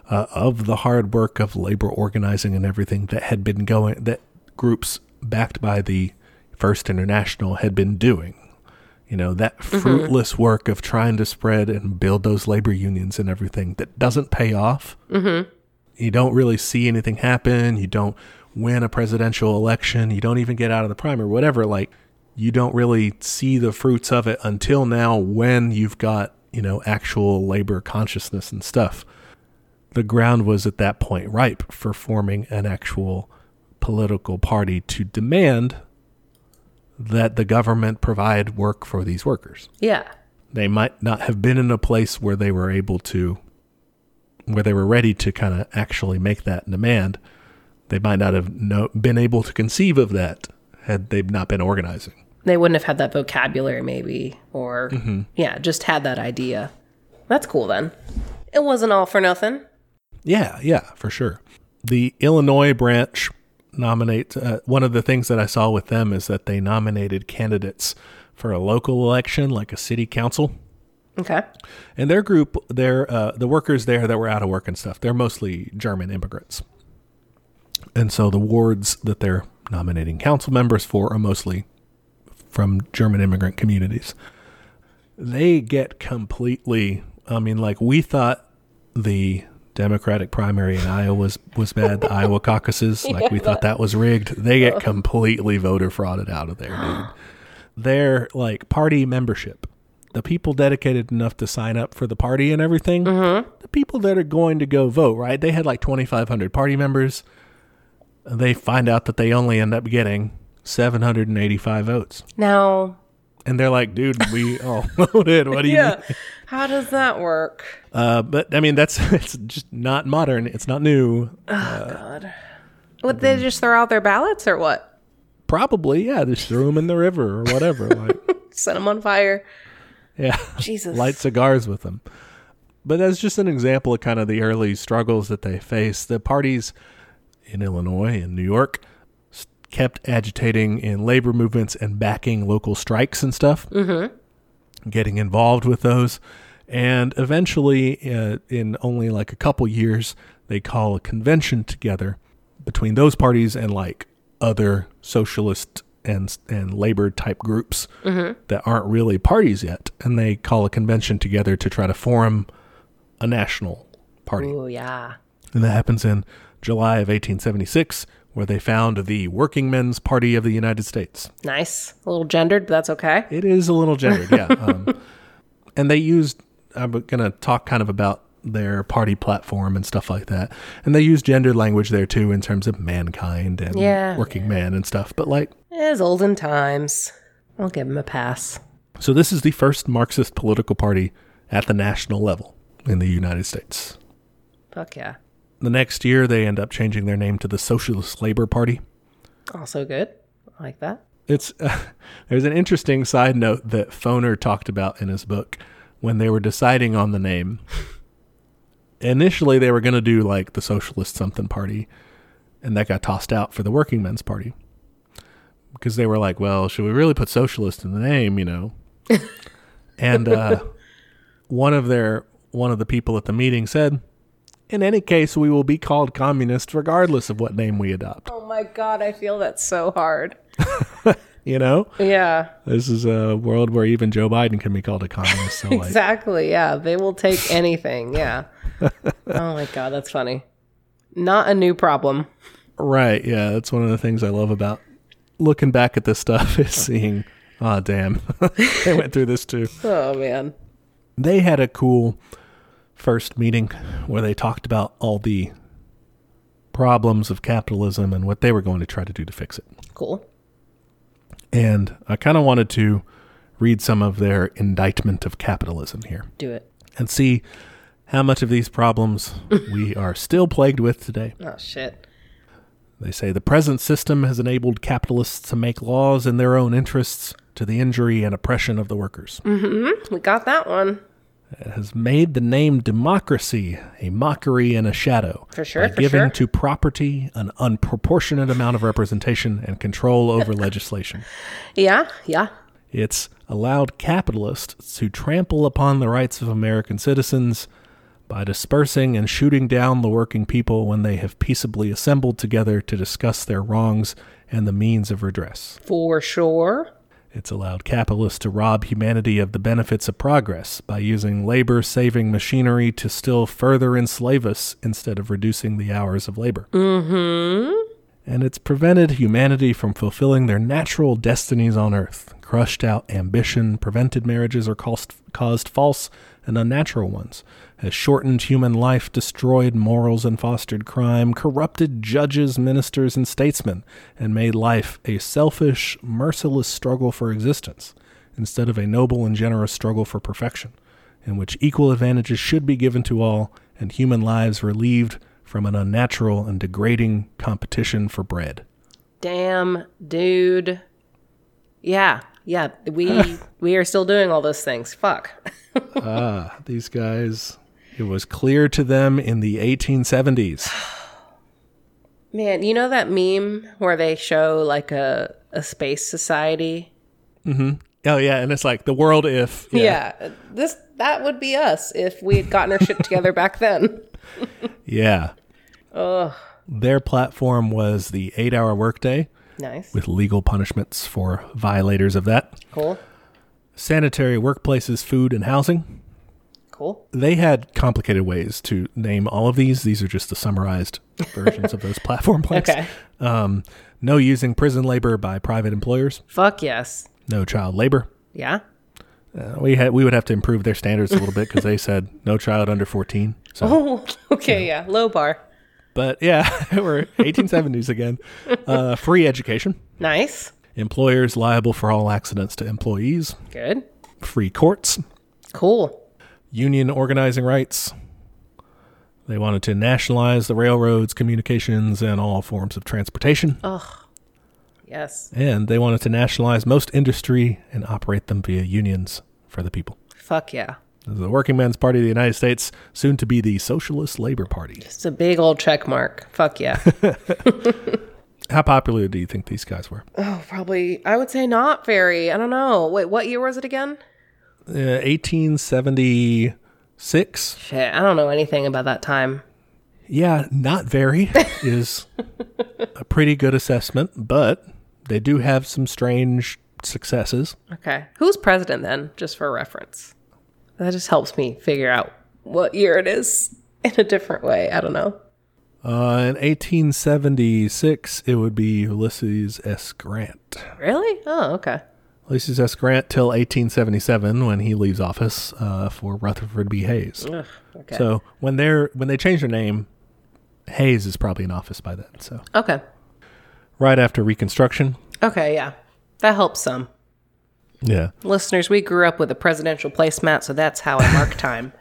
[SPEAKER 2] uh, of the hard work of labor organizing and everything that had been going, that groups backed by the First International had been doing. You know, that fruitless work of trying to spread and build those labor unions and everything that doesn't pay off you don't really see anything happen. You don't win a presidential election. You don't even get out of the primary, whatever. Like, you don't really see the fruits of it until now when you've got, you know, actual labor consciousness and stuff. The ground was at that point ripe for forming an actual political party to demand that the government provide work for these workers
[SPEAKER 1] Yeah.
[SPEAKER 2] they might not have been in a place where they were able to where they were ready to kind of actually make that demand they might not have no, been able to conceive of that had they not been organizing
[SPEAKER 1] They wouldn't have had that vocabulary, maybe, or yeah, just had that idea. That's cool then. It wasn't all for nothing.
[SPEAKER 2] yeah yeah for sure the illinois branch nominates uh, one of the things that i saw with them is that they nominated candidates for a local election like a city council
[SPEAKER 1] Okay.
[SPEAKER 2] and their group their uh, the workers there that were out of work and stuff they're mostly german immigrants and so the wards that they're nominating council members for are mostly from german immigrant communities they get completely i mean like we thought the democratic primary in iowa was, was bad the iowa caucuses like we thought that was rigged they get completely voter frauded out of there dude their like party membership the people dedicated enough to sign up for the party and everything the people that are going to go vote right they had like 2500 party members they find out that they only end up getting 785 votes
[SPEAKER 1] Now,
[SPEAKER 2] and they're like dude we all <laughs> voted what do you mean?
[SPEAKER 1] yeah. <laughs> How does that work?
[SPEAKER 2] uh but i mean that's <laughs> it's just not modern it's not new
[SPEAKER 1] God. Would they just throw out their ballots or what?
[SPEAKER 2] probably yeah just threw them in the river or whatever like
[SPEAKER 1] Set them on fire.
[SPEAKER 2] Yeah.
[SPEAKER 1] Jesus.
[SPEAKER 2] Light cigars with them. But that's just an example of kind of the early struggles that they faced. The parties in Illinois and New York s- kept agitating in labor movements and backing local strikes and stuff, mm-hmm. getting involved with those. And eventually, uh, in only like a couple years, they call a convention together between those parties and like other socialist and and labor type groups that aren't really parties yet, and they call a convention together to try to form a national party.
[SPEAKER 1] Ooh, yeah.
[SPEAKER 2] And that happens in July of 1876, where they found the Working Men's Party of the United States.
[SPEAKER 1] Nice. A little gendered, but that's okay.
[SPEAKER 2] It is a little gendered, yeah. Um, and they used, I'm going to talk kind of about their party platform and stuff like that. And they used gendered language there too in terms of mankind and
[SPEAKER 1] Yeah.
[SPEAKER 2] working man and stuff. But like,
[SPEAKER 1] As olden times. I'll give him a pass.
[SPEAKER 2] so this is the first Marxist political party at the national level in the United States.
[SPEAKER 1] Fuck yeah.
[SPEAKER 2] The next year, they end up changing their name to the Socialist Labor Party.
[SPEAKER 1] Also good. I like that.
[SPEAKER 2] It's <laughs> there's an interesting side note that Foner talked about in his book when they were deciding on the name. Initially, they were going to do like the Socialist Something Party, and that got tossed out for the Working Men's Party because they were like, "Well, should we really put Socialist in the name?" You know, and uh, one of their one of the people at the meeting said, "In any case, we will be called communist regardless of what name we adopt."
[SPEAKER 1] Oh my god, I feel that so hard.
[SPEAKER 2] You know.
[SPEAKER 1] Yeah.
[SPEAKER 2] This is a world where even Joe Biden can be called a communist. So like,
[SPEAKER 1] Exactly. Yeah. They will take anything. Yeah. oh my god, that's funny. Not a new problem.
[SPEAKER 2] <laughs> right? Yeah, that's one of the things I love about looking back at this stuff <laughs> is seeing, ah, <laughs> damn, they went through this too.
[SPEAKER 1] Oh man.
[SPEAKER 2] They had a cool first meeting where they talked about all the problems of capitalism and what they were going to try to do to fix it.
[SPEAKER 1] Cool.
[SPEAKER 2] And I kind of wanted to read some of their indictment of capitalism here
[SPEAKER 1] Do it.
[SPEAKER 2] and see how much of these problems we are still plagued with today.
[SPEAKER 1] Oh shit.
[SPEAKER 2] They say the present system has enabled capitalists to make laws in their own interests to the injury and oppression of the workers.
[SPEAKER 1] Mm. We got that one.
[SPEAKER 2] It has made the name democracy a mockery and a shadow.
[SPEAKER 1] For sure,
[SPEAKER 2] By
[SPEAKER 1] for
[SPEAKER 2] giving
[SPEAKER 1] sure.
[SPEAKER 2] to property an unproportionate amount of representation and
[SPEAKER 1] <laughs>
[SPEAKER 2] control over legislation.
[SPEAKER 1] Yeah, yeah.
[SPEAKER 2] It's allowed capitalists to trample upon the rights of American citizens by dispersing and shooting down the working people when they have peaceably assembled together to discuss their wrongs and the means of redress.
[SPEAKER 1] For sure.
[SPEAKER 2] It's allowed capitalists to rob humanity of the benefits of progress by using labor saving machinery to still further enslave us instead of reducing the hours of labor. Mm-hmm. And it's prevented humanity from fulfilling their natural destinies on earth, crushed out ambition, prevented marriages, or caused, caused false and unnatural ones, has shortened human life, destroyed morals, and fostered crime, corrupted judges, ministers, and statesmen, and made life a selfish, merciless struggle for existence instead of a noble and generous struggle for perfection, in which equal advantages should be given to all and human lives relieved from an unnatural and degrading competition for bread.
[SPEAKER 1] Damn, dude. Yeah, yeah. We we are still doing all those things. Fuck.
[SPEAKER 2] Ah, these guys. It was clear to them in the 1870s.
[SPEAKER 1] Man, you know that meme where they show like a a space society?
[SPEAKER 2] <sighs> Oh, yeah. And it's like the world if.
[SPEAKER 1] Yeah. This that would be us if we had gotten our shit together back then.
[SPEAKER 2] Yeah. Their platform was the eight hour workday
[SPEAKER 1] Nice.
[SPEAKER 2] with legal punishments for violators of that,
[SPEAKER 1] Cool.
[SPEAKER 2] sanitary workplaces, food, and housing.
[SPEAKER 1] Cool.
[SPEAKER 2] They had complicated ways to name all of these. These are just
[SPEAKER 1] <laughs>
[SPEAKER 2] the summarized versions of those platform plans.
[SPEAKER 1] Okay.
[SPEAKER 2] Um, no using prison labor by private employers,
[SPEAKER 1] Fuck yes.
[SPEAKER 2] no child labor.
[SPEAKER 1] Yeah. <laughs>
[SPEAKER 2] Uh, we had we would have to improve their standards a little bit because they said no child under 14. So
[SPEAKER 1] Oh, okay, yeah. Low bar.
[SPEAKER 2] But yeah, <laughs> we're 1870s again. Uh, free education,
[SPEAKER 1] Nice.
[SPEAKER 2] employers liable for all accidents to employees,
[SPEAKER 1] Good.
[SPEAKER 2] free courts,
[SPEAKER 1] Cool.
[SPEAKER 2] union organizing rights. They wanted to nationalize the railroads, communications, and all forms of transportation.
[SPEAKER 1] Yes.
[SPEAKER 2] And they wanted to nationalize most industry and operate them via unions for the people.
[SPEAKER 1] Fuck yeah.
[SPEAKER 2] The Working Men's Party of the United States, soon to be the Socialist Labor Party.
[SPEAKER 1] It's a big old check mark. Fuck yeah.
[SPEAKER 2] How popular do you think these guys were? Uh,
[SPEAKER 1] <laughs> oh, probably. I would say not very. I don't know. Wait, what year was it again?
[SPEAKER 2] Uh, 1876.
[SPEAKER 1] Shit, I don't know anything about that time.
[SPEAKER 2] Yeah, not very is a pretty good assessment, but they do have some strange successes.
[SPEAKER 1] Okay. Who's president then, just for reference? That just helps me figure out what year it is <laughs> in a different way. I don't know.
[SPEAKER 2] Uh, in 1876, it would be Ulysses S. Grant.
[SPEAKER 1] Really? Oh, okay.
[SPEAKER 2] Ulysses S. Grant till 1877 when he leaves office uh, for Rutherford B. Hayes.
[SPEAKER 1] Ugh, okay.
[SPEAKER 2] So when they're when they change their name, Hayes is probably in office by then. So
[SPEAKER 1] okay.
[SPEAKER 2] right after Reconstruction,
[SPEAKER 1] Okay, yeah. That helps some.
[SPEAKER 2] yeah,
[SPEAKER 1] Listeners, we grew up with a presidential placemat, so that's how I mark time.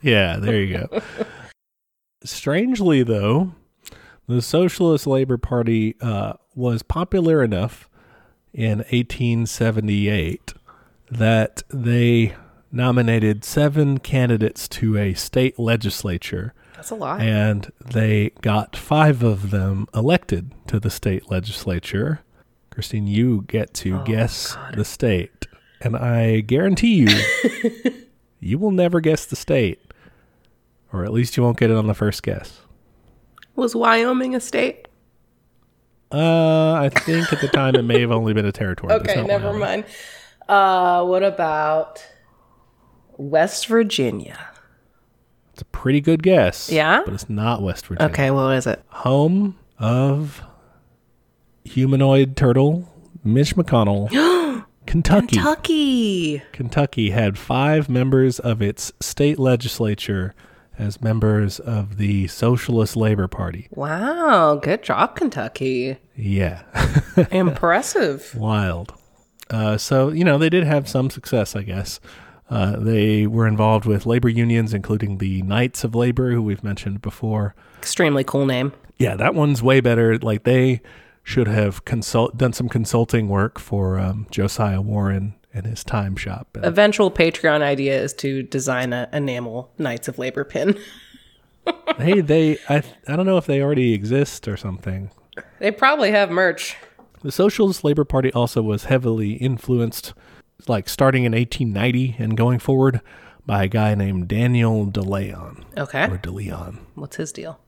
[SPEAKER 2] Yeah, there you go. <laughs> Strangely, though, the Socialist Labor Party uh, was popular enough in 1878 that they nominated seven candidates to a state legislature,
[SPEAKER 1] <laughs> That's a lot.
[SPEAKER 2] and they got five of them elected to the state legislature. Christine, you get
[SPEAKER 1] Oh,
[SPEAKER 2] to guess the state, and I guarantee you,
[SPEAKER 1] <laughs>
[SPEAKER 2] you will never guess the state, or at least you won't get it on the first guess.
[SPEAKER 1] Was Wyoming a state?
[SPEAKER 2] Uh, I think at the time it may have only been a territory. but it's
[SPEAKER 1] Okay,
[SPEAKER 2] not
[SPEAKER 1] never
[SPEAKER 2] Wyoming.
[SPEAKER 1] mind. Uh, what about West Virginia?
[SPEAKER 2] It's a pretty good guess.
[SPEAKER 1] Yeah? Uh,
[SPEAKER 2] but it's not West Virginia.
[SPEAKER 1] Okay, what is it?
[SPEAKER 2] home
[SPEAKER 1] <gasps>
[SPEAKER 2] of humanoid turtle Mitch McConnell Kentucky.
[SPEAKER 1] Kentucky.
[SPEAKER 2] Kentucky had five members of its state legislature as members of the Socialist Labor Party.
[SPEAKER 1] Wow. Good job, Kentucky.
[SPEAKER 2] Yeah. <laughs>
[SPEAKER 1] Impressive.
[SPEAKER 2] Wild. Uh, so, you know, they did have some success, I guess. Uh, they were involved with labor unions, including the Knights of Labor, who we've mentioned before.
[SPEAKER 1] Extremely cool name.
[SPEAKER 2] Yeah, that one's way better. Like, they should have consult done some consulting work for um, Josiah Warren and his time shop. And
[SPEAKER 1] Eventual Patreon idea is to design a enamel Knights of Labor pin.
[SPEAKER 2] hey, they I I don't know if they already exist or something.
[SPEAKER 1] They probably have merch.
[SPEAKER 2] The Socialist Labor Party also was heavily influenced, like starting in 1890 and going forward, by a guy named Daniel DeLeon
[SPEAKER 1] Okay.
[SPEAKER 2] or DeLeon.
[SPEAKER 1] What's his deal?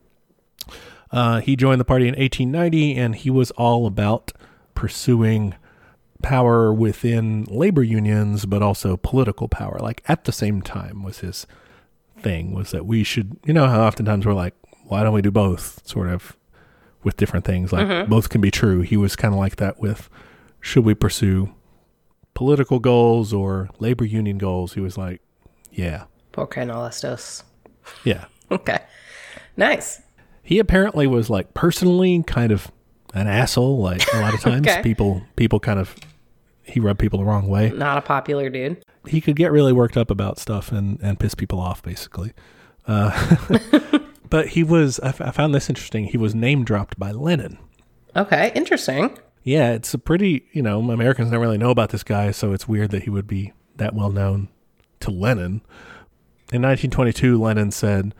[SPEAKER 2] Uh, he joined the party in 1890, and he was all about pursuing power within labor unions, but also political power. Like at the same time, was his thing was that we should, you know, how oftentimes we're like, why don't we do both? Sort of with different things, like both can be true. He was kind of like that with, should we pursue political goals or labor union goals? He was like, yeah,
[SPEAKER 1] Porque no las dos.
[SPEAKER 2] yeah.
[SPEAKER 1] Okay. Nice.
[SPEAKER 2] he apparently was like personally kind of an asshole like a lot of times
[SPEAKER 1] Okay.
[SPEAKER 2] people people kind of he rubbed people the wrong way
[SPEAKER 1] Not a popular dude.
[SPEAKER 2] he could get really worked up about stuff and and piss people off basically uh, <laughs> but he was I, f- I found this interesting he was name dropped by lenin
[SPEAKER 1] Okay. Interesting.
[SPEAKER 2] yeah it's a pretty you know americans don't really know about this guy so it's weird that he would be that well known to lenin in 1922 lenin said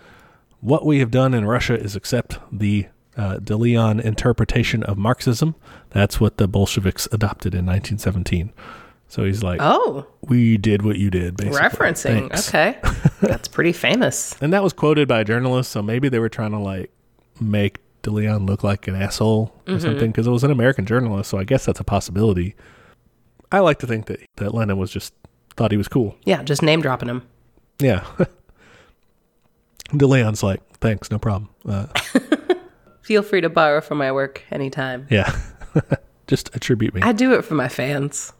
[SPEAKER 2] What we have done in Russia is accept the uh, de Leon interpretation of Marxism. That's what the Bolsheviks adopted in 1917. So he's like,
[SPEAKER 1] Oh,
[SPEAKER 2] we did what you did, basically.
[SPEAKER 1] referencing.
[SPEAKER 2] Thanks.
[SPEAKER 1] Okay. <laughs> That's pretty famous.
[SPEAKER 2] And that was quoted by a journalist, so maybe they were trying to like make de Leon look like an asshole or something because it was an American journalist, so I guess that's a possibility. I like to think that, that Lenin was just thought he was cool.
[SPEAKER 1] Yeah, just name dropping him.
[SPEAKER 2] Yeah. <laughs> de Leon's like, thanks, no problem. Uh,
[SPEAKER 1] Feel free to borrow from my work anytime.
[SPEAKER 2] yeah. <laughs> just attribute me.
[SPEAKER 1] I do it for my fans.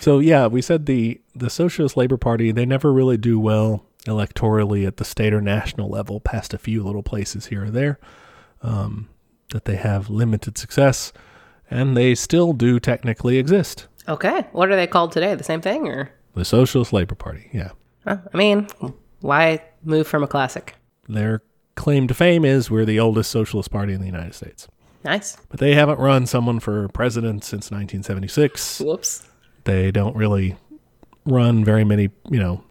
[SPEAKER 2] So yeah, we said the the Socialist Labor Party they never really do well electorally at the state or national level, past a few little places here or there, um, that they have limited success, and they still do technically exist.
[SPEAKER 1] Okay. What are they called today? The same thing or?
[SPEAKER 2] The Socialist Labor Party, yeah,
[SPEAKER 1] Huh, I mean, why move from a classic?
[SPEAKER 2] their claim to fame is we're the oldest socialist party in the United States,
[SPEAKER 1] Nice.
[SPEAKER 2] but they haven't run someone for president since 1976.
[SPEAKER 1] Whoops.
[SPEAKER 2] they don't really run very many, you know,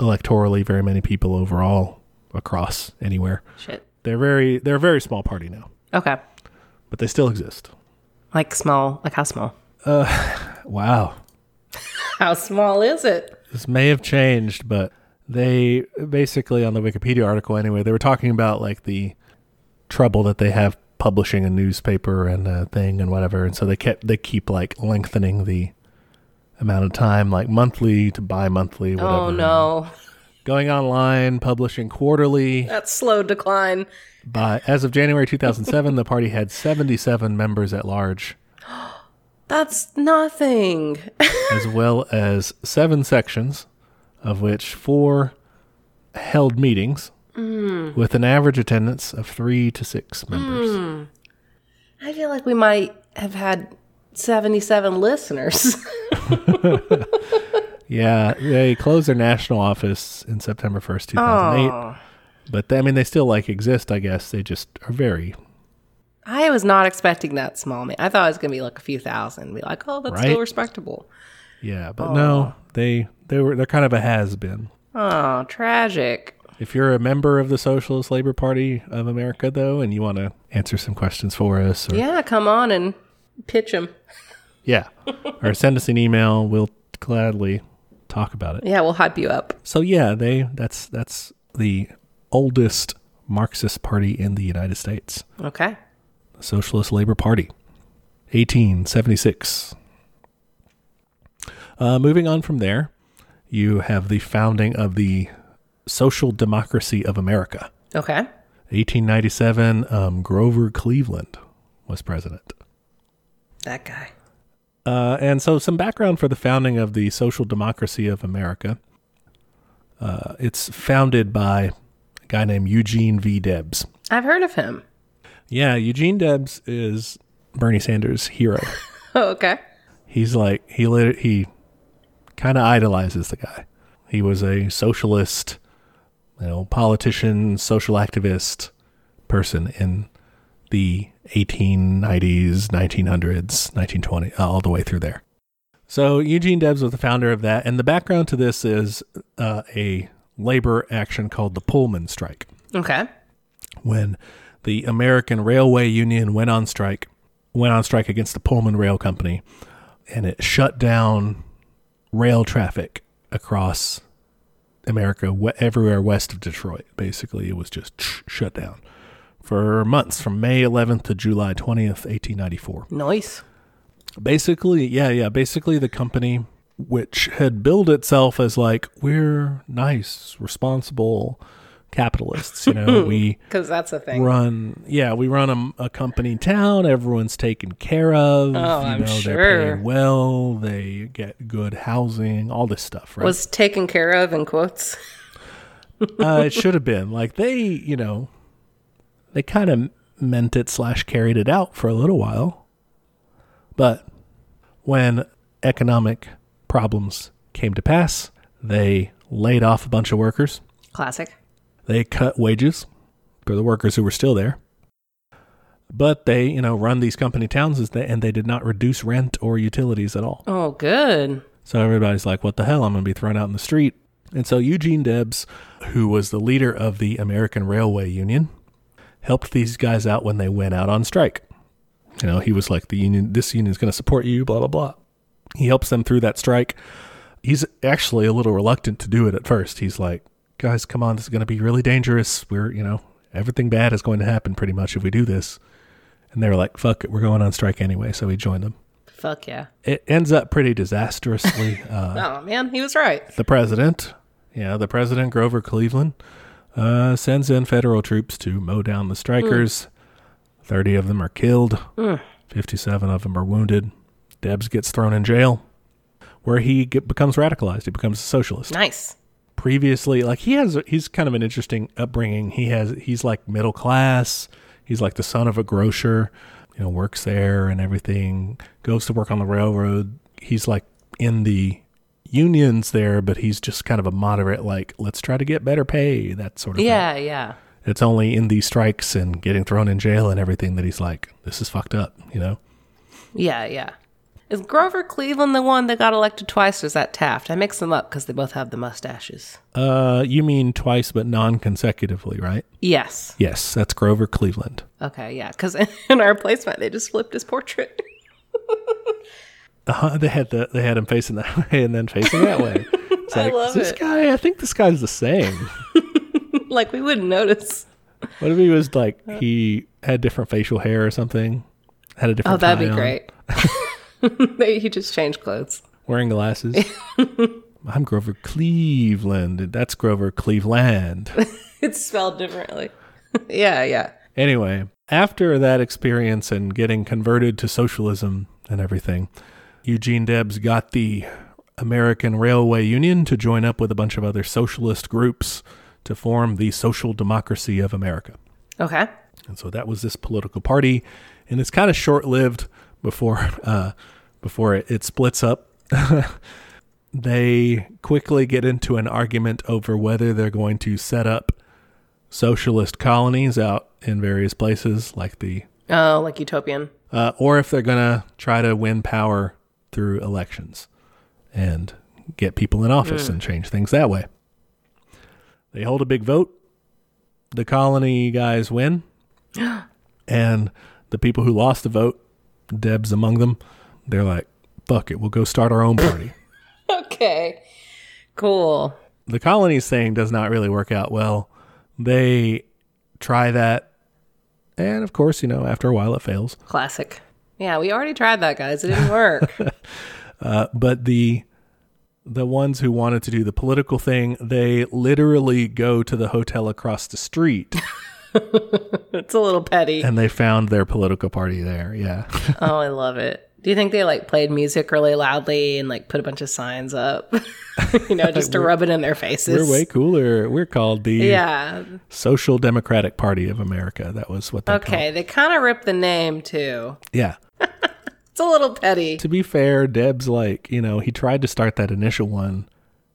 [SPEAKER 2] electorally very many people overall across anywhere.
[SPEAKER 1] Shit.
[SPEAKER 2] They're very they're a very small party now,
[SPEAKER 1] Okay.
[SPEAKER 2] but they still exist.
[SPEAKER 1] Like small, like how small?
[SPEAKER 2] Wow.
[SPEAKER 1] How small is it?
[SPEAKER 2] This may have changed, but they basically on the Wikipedia article anyway, they were talking about like the trouble that they have publishing a newspaper and a thing and whatever, and so they kept they keep like lengthening the amount of time like monthly to bi-monthly whatever
[SPEAKER 1] Oh no,
[SPEAKER 2] going online publishing quarterly
[SPEAKER 1] that's slow decline.
[SPEAKER 2] By as of January 2007, the party had 77 members at large,
[SPEAKER 1] That's nothing.
[SPEAKER 2] as well as seven sections, of which four held meetings, with an average attendance of three to six members.
[SPEAKER 1] I feel like we might have had 77 listeners. <laughs>
[SPEAKER 2] Yeah, they closed their national office in September 1st, 2008. But they, I mean, they still like exist. I guess they just are very
[SPEAKER 1] I was not expecting that small. ma- I thought it was going to be like a few thousand. Be like, oh, that's still
[SPEAKER 2] Right?
[SPEAKER 1] respectable.
[SPEAKER 2] yeah. But no, they they were they're kind of a has been.
[SPEAKER 1] Oh, tragic.
[SPEAKER 2] If you're a member of the Socialist Labor Party of America, though, and you want to answer some questions for us, or, yeah.
[SPEAKER 1] Yeah, come on and pitch them.
[SPEAKER 2] or send us an email, we'll gladly talk about it.
[SPEAKER 1] Yeah, we'll hype you up.
[SPEAKER 2] So yeah, they that's that's the oldest Marxist party in the United States,
[SPEAKER 1] Okay.
[SPEAKER 2] the Socialist Labor Party, 1876. Uh, moving on from there, you have the founding of the Social Democracy of America.
[SPEAKER 1] Okay.
[SPEAKER 2] 1897, um, Grover Cleveland was president.
[SPEAKER 1] That guy.
[SPEAKER 2] Uh, and so, some background for the founding of the Social Democracy of America. Uh, it's founded by a guy named Eugene V. Debs.
[SPEAKER 1] I've heard of him. <laughs>
[SPEAKER 2] Yeah, Eugene Debs is Bernie Sanders' hero.
[SPEAKER 1] Oh, okay.
[SPEAKER 2] He's like he lit, he kind of idolizes the guy. He was a socialist, you know, politician, social activist person in the 1890s, 1900s, 1920, uh, all the way through there. So Eugene Debs was the founder of that, and the background to this is uh, a labor action called the Pullman strike.
[SPEAKER 1] Okay.
[SPEAKER 2] When the American Railway Union went on strike, went on strike against the Pullman Rail Company, and it shut down rail traffic across America, we- everywhere west of Detroit. Basically, it was just shut down for months from May 11th to July 20th, 1894.
[SPEAKER 1] Nice.
[SPEAKER 2] Basically, yeah, yeah. Basically, the company, which had billed itself as like, we're nice, responsible capitalists, you know, we
[SPEAKER 1] Because that's a thing.
[SPEAKER 2] run yeah we run a, a company town everyone's taken care of
[SPEAKER 1] Oh,
[SPEAKER 2] you
[SPEAKER 1] I'm
[SPEAKER 2] know
[SPEAKER 1] sure.
[SPEAKER 2] they're paid well they get good housing all this stuff right
[SPEAKER 1] Was taken care of in quotes.
[SPEAKER 2] uh, it should have been like they you know they kind of meant it slash carried it out for a little while but when economic problems came to pass they laid off a bunch of workers
[SPEAKER 1] Classic.
[SPEAKER 2] They cut wages for the workers who were still there. But they, you know, run these company towns as they, and they did not reduce rent or utilities at all.
[SPEAKER 1] Oh, good.
[SPEAKER 2] So everybody's like, what the hell? I'm going to be thrown out in the street. And so Eugene Debs, who was the leader of the American Railway Union, helped these guys out when they went out on strike. You know, he was like, the union, this union's going to support you, blah, blah, blah. He helps them through that strike. He's actually a little reluctant to do it at first. He's like, guys, come on, this is going to be really dangerous. We're, you know, everything bad is going to happen pretty much if we do this. And they were like, fuck it, we're going on strike anyway. So he joined them.
[SPEAKER 1] Fuck yeah.
[SPEAKER 2] It ends up pretty disastrously. <laughs> Uh,
[SPEAKER 1] Oh, man. He was right.
[SPEAKER 2] the president, yeah, the president Grover Cleveland, uh, sends in federal troops to mow down the strikers. Thirty of them are killed. Fifty-seven of them are wounded. Debs gets thrown in jail, where he get, becomes radicalized. He becomes a socialist.
[SPEAKER 1] Nice.
[SPEAKER 2] Previously, like he has, he's kind of an interesting upbringing. He has, he's like middle class. He's like the son of a grocer. You know, works there and everything. Goes to work on the railroad. He's like in the unions there, but he's just kind of a moderate. Like, let's try to get better pay. That sort of thing
[SPEAKER 1] Yeah, yeah.
[SPEAKER 2] it's only in these strikes and getting thrown in jail and everything that he's like, this is fucked up, you know?
[SPEAKER 1] Yeah, yeah. Is Grover Cleveland the one that got elected twice, or is that Taft? I mix them up because they both have the mustaches.
[SPEAKER 2] Uh, you mean twice, but non consecutively, right?
[SPEAKER 1] Yes.
[SPEAKER 2] Yes, that's Grover Cleveland.
[SPEAKER 1] Okay, yeah. Because <laughs> in our placement, they just flipped his portrait. <laughs>
[SPEAKER 2] Uh, they had the they had him facing that <laughs> way and then facing that
[SPEAKER 1] <laughs>
[SPEAKER 2] way. It's
[SPEAKER 1] I
[SPEAKER 2] like,
[SPEAKER 1] love
[SPEAKER 2] "Is this
[SPEAKER 1] it."
[SPEAKER 2] guy, I think this guy's the same.
[SPEAKER 1] like, we wouldn't notice.
[SPEAKER 2] what if he was like
[SPEAKER 1] Uh-huh.
[SPEAKER 2] he had different facial hair or something? Had a different
[SPEAKER 1] Oh, that'd
[SPEAKER 2] tie
[SPEAKER 1] be
[SPEAKER 2] on,
[SPEAKER 1] great. <laughs> They- he just changed clothes.
[SPEAKER 2] Wearing glasses.
[SPEAKER 1] <laughs>
[SPEAKER 2] I'm Grover Cleveland. That's Grover Cleveland.
[SPEAKER 1] It's spelled differently. <laughs> yeah, yeah.
[SPEAKER 2] Anyway, after that experience and getting converted to socialism and everything, Eugene Debs got the American Railway Union to join up with a bunch of other socialist groups to form the Social Democracy of America.
[SPEAKER 1] Okay.
[SPEAKER 2] And so that was this political party, and it's kind of short-lived before <laughs> uh, before it, it splits up. <laughs> they quickly get into an argument over whether they're going to set up socialist colonies out in various places, like the
[SPEAKER 1] Oh, like utopian.
[SPEAKER 2] uh, or if they're going to try to win power through elections and get people in office and change things that way. They hold a big vote. The colony guys win. and the people who lost the vote, Debs among them, they're like, fuck it, we'll go start our own party.
[SPEAKER 1] Okay. Cool.
[SPEAKER 2] the colonies thing does not really work out well. They try that. And of course, you know, after a while it fails.
[SPEAKER 1] Classic. Yeah, we already tried that, guys. It didn't work. <laughs>
[SPEAKER 2] but the the ones who wanted to do the political thing, they literally go to the hotel across the <laughs> street
[SPEAKER 1] it's a little petty.
[SPEAKER 2] and they found their political party there. Yeah.
[SPEAKER 1] Oh, I love it. Do you think they like played music really loudly and like put a bunch of signs up, <laughs> you know,
[SPEAKER 2] <laughs>
[SPEAKER 1] just to rub it in their faces?
[SPEAKER 2] <laughs> We're way cooler. We're called the
[SPEAKER 1] yeah.
[SPEAKER 2] Social Democratic Party of America. That was what they
[SPEAKER 1] Okay, they kind of ripped the name too.
[SPEAKER 2] Yeah.
[SPEAKER 1] It's a little petty.
[SPEAKER 2] To be fair, Deb's like, you know, he tried to start that initial one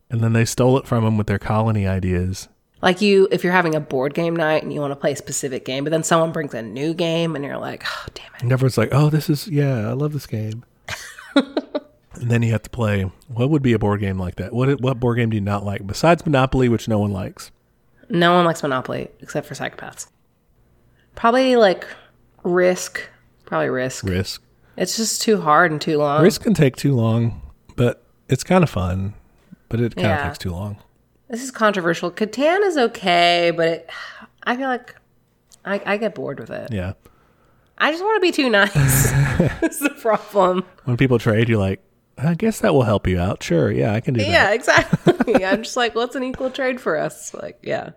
[SPEAKER 2] and then they stole it from him with their colony ideas.
[SPEAKER 1] Like you, if you're having a board game night and you want to play a specific game, but then someone brings a new game and you're like, oh, damn it.
[SPEAKER 2] And everyone's like, oh, this is, yeah, I love this game. and then you have to play. What would be a board game like that? What, what board game do you not like besides Monopoly, which no one likes?
[SPEAKER 1] No one likes Monopoly except for psychopaths. Probably like Risk. Probably Risk.
[SPEAKER 2] Risk.
[SPEAKER 1] It's just too hard and too long.
[SPEAKER 2] Risk can take too long, but it's kind of fun, but it kind of
[SPEAKER 1] Yeah.
[SPEAKER 2] takes too long.
[SPEAKER 1] This is controversial. Catan is okay, but it, I feel like I, I get bored with it.
[SPEAKER 2] Yeah.
[SPEAKER 1] I just want to be too
[SPEAKER 2] <laughs>
[SPEAKER 1] nice. <laughs> That's the problem.
[SPEAKER 2] When people trade, you're like, I guess that will help you out. Sure. Yeah, I can do that.
[SPEAKER 1] Yeah, exactly. <laughs> I'm just like, what's an equal trade for us? Like, yeah.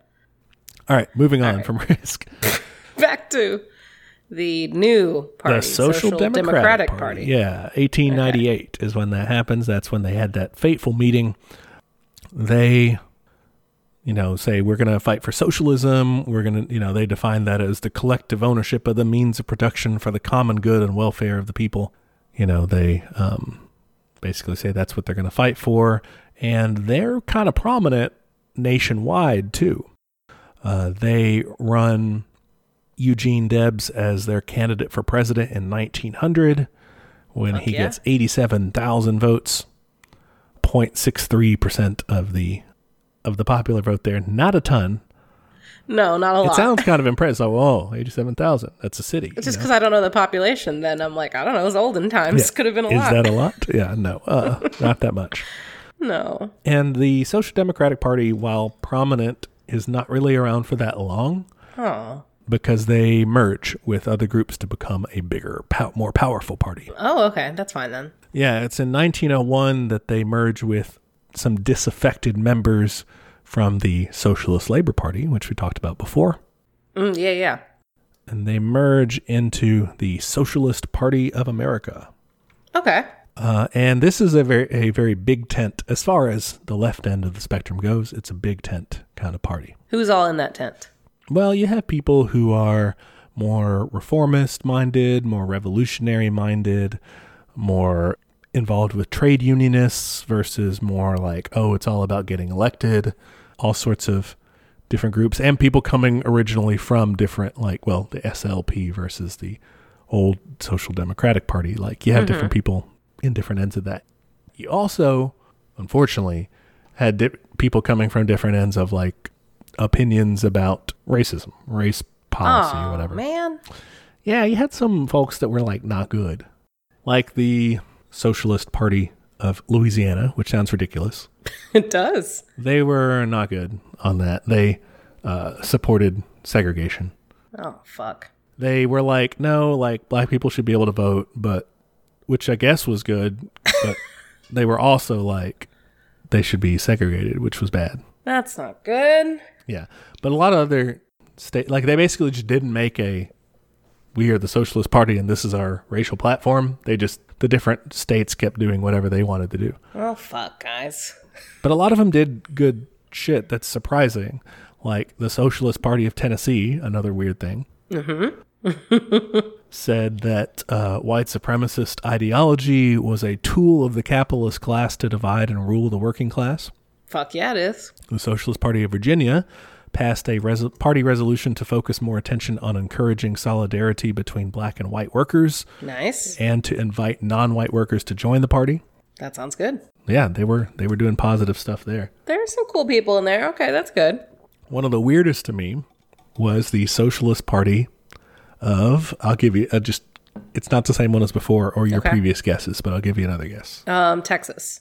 [SPEAKER 2] All right, moving on from <laughs> Risk.
[SPEAKER 1] Back to the new party,
[SPEAKER 2] the Social, Democratic, Party. Yeah, 1898 is when that happens. That's when they had that fateful meeting. They, you know, say we're going to fight for socialism. We're going to, you know, they define that as the collective ownership of the means of production for the common good and welfare of the people. You know, they um, basically say that's what they're going to fight for, and they're kind of prominent nationwide too. Uh, they run Eugene Debs as their candidate for president in 1900 when he
[SPEAKER 1] yeah.
[SPEAKER 2] gets 87,000 votes, 0.63% of the of the popular vote there. Not a ton.
[SPEAKER 1] No, not a
[SPEAKER 2] It
[SPEAKER 1] lot.
[SPEAKER 2] sounds kind of impressive. Oh, Like, whoa, 87,000. That's a city.
[SPEAKER 1] <laughs> just because I don't know the population, then I'm like, I don't know. It was olden times. Could have been a
[SPEAKER 2] Is
[SPEAKER 1] lot.
[SPEAKER 2] that a lot? Yeah, no.
[SPEAKER 1] <laughs>
[SPEAKER 2] Uh, not that much.
[SPEAKER 1] no.
[SPEAKER 2] And the Social Democratic Party, while prominent, is not really around for that long.
[SPEAKER 1] Oh.
[SPEAKER 2] because they merge with other groups to become a bigger, pow- more powerful party.
[SPEAKER 1] Oh, okay. That's fine then.
[SPEAKER 2] Yeah, it's in 1901 that they merge with some disaffected members from the Socialist Labor Party, which we talked about before,
[SPEAKER 1] Mm, yeah, yeah.
[SPEAKER 2] and they merge into the Socialist Party of America.
[SPEAKER 1] Okay.
[SPEAKER 2] Uh, and this is a very, a very big tent as far as the left end of the spectrum goes. It's a big tent kind of party.
[SPEAKER 1] Who's all in that tent?
[SPEAKER 2] Well, you have people who are more reformist minded, more revolutionary minded, more involved with trade unionists versus more like, oh, it's all about getting elected, all sorts of different groups, and people coming originally from different, like, well, the SLP versus the old Social Democratic Party. Like, you have different people in different ends of that. You also, unfortunately, had di- people coming from different ends of like opinions about racism, race policy, or
[SPEAKER 1] Aw,
[SPEAKER 2] whatever.
[SPEAKER 1] man.
[SPEAKER 2] Yeah, you had some folks that were like not good, like the Socialist Party of Louisiana, which sounds ridiculous.
[SPEAKER 1] <laughs> It does.
[SPEAKER 2] They were not good on that. They uh, supported segregation.
[SPEAKER 1] Oh, fuck.
[SPEAKER 2] They were like, no, like black people should be able to vote, but which I guess was good, but they were also like they should be segregated, which was bad.
[SPEAKER 1] That's not good.
[SPEAKER 2] Yeah. But a lot of other state like they basically just didn't make a we are the socialist party and this is our racial platform. They just the different states kept doing whatever they wanted to do.
[SPEAKER 1] Oh, fuck, guys.
[SPEAKER 2] But a lot of them did good shit that's surprising. Like the Socialist Party of Tennessee, another weird thing. said that uh, white supremacist ideology was a tool of the capitalist class to divide and rule the working class.
[SPEAKER 1] Fuck yeah, it is.
[SPEAKER 2] The Socialist Party of Virginia passed a res- party resolution to focus more attention on encouraging solidarity between black and white workers
[SPEAKER 1] Nice.
[SPEAKER 2] and to invite non-white workers to join the party.
[SPEAKER 1] That sounds good.
[SPEAKER 2] Yeah, they were they were doing positive stuff there.
[SPEAKER 1] There are some cool people in there. Okay, that's good.
[SPEAKER 2] One of the weirdest to me was the Socialist Party of I'll give you uh, just it's not the same one as before or your
[SPEAKER 1] Okay.
[SPEAKER 2] previous guesses, but I'll give you another guess.
[SPEAKER 1] Um, Texas.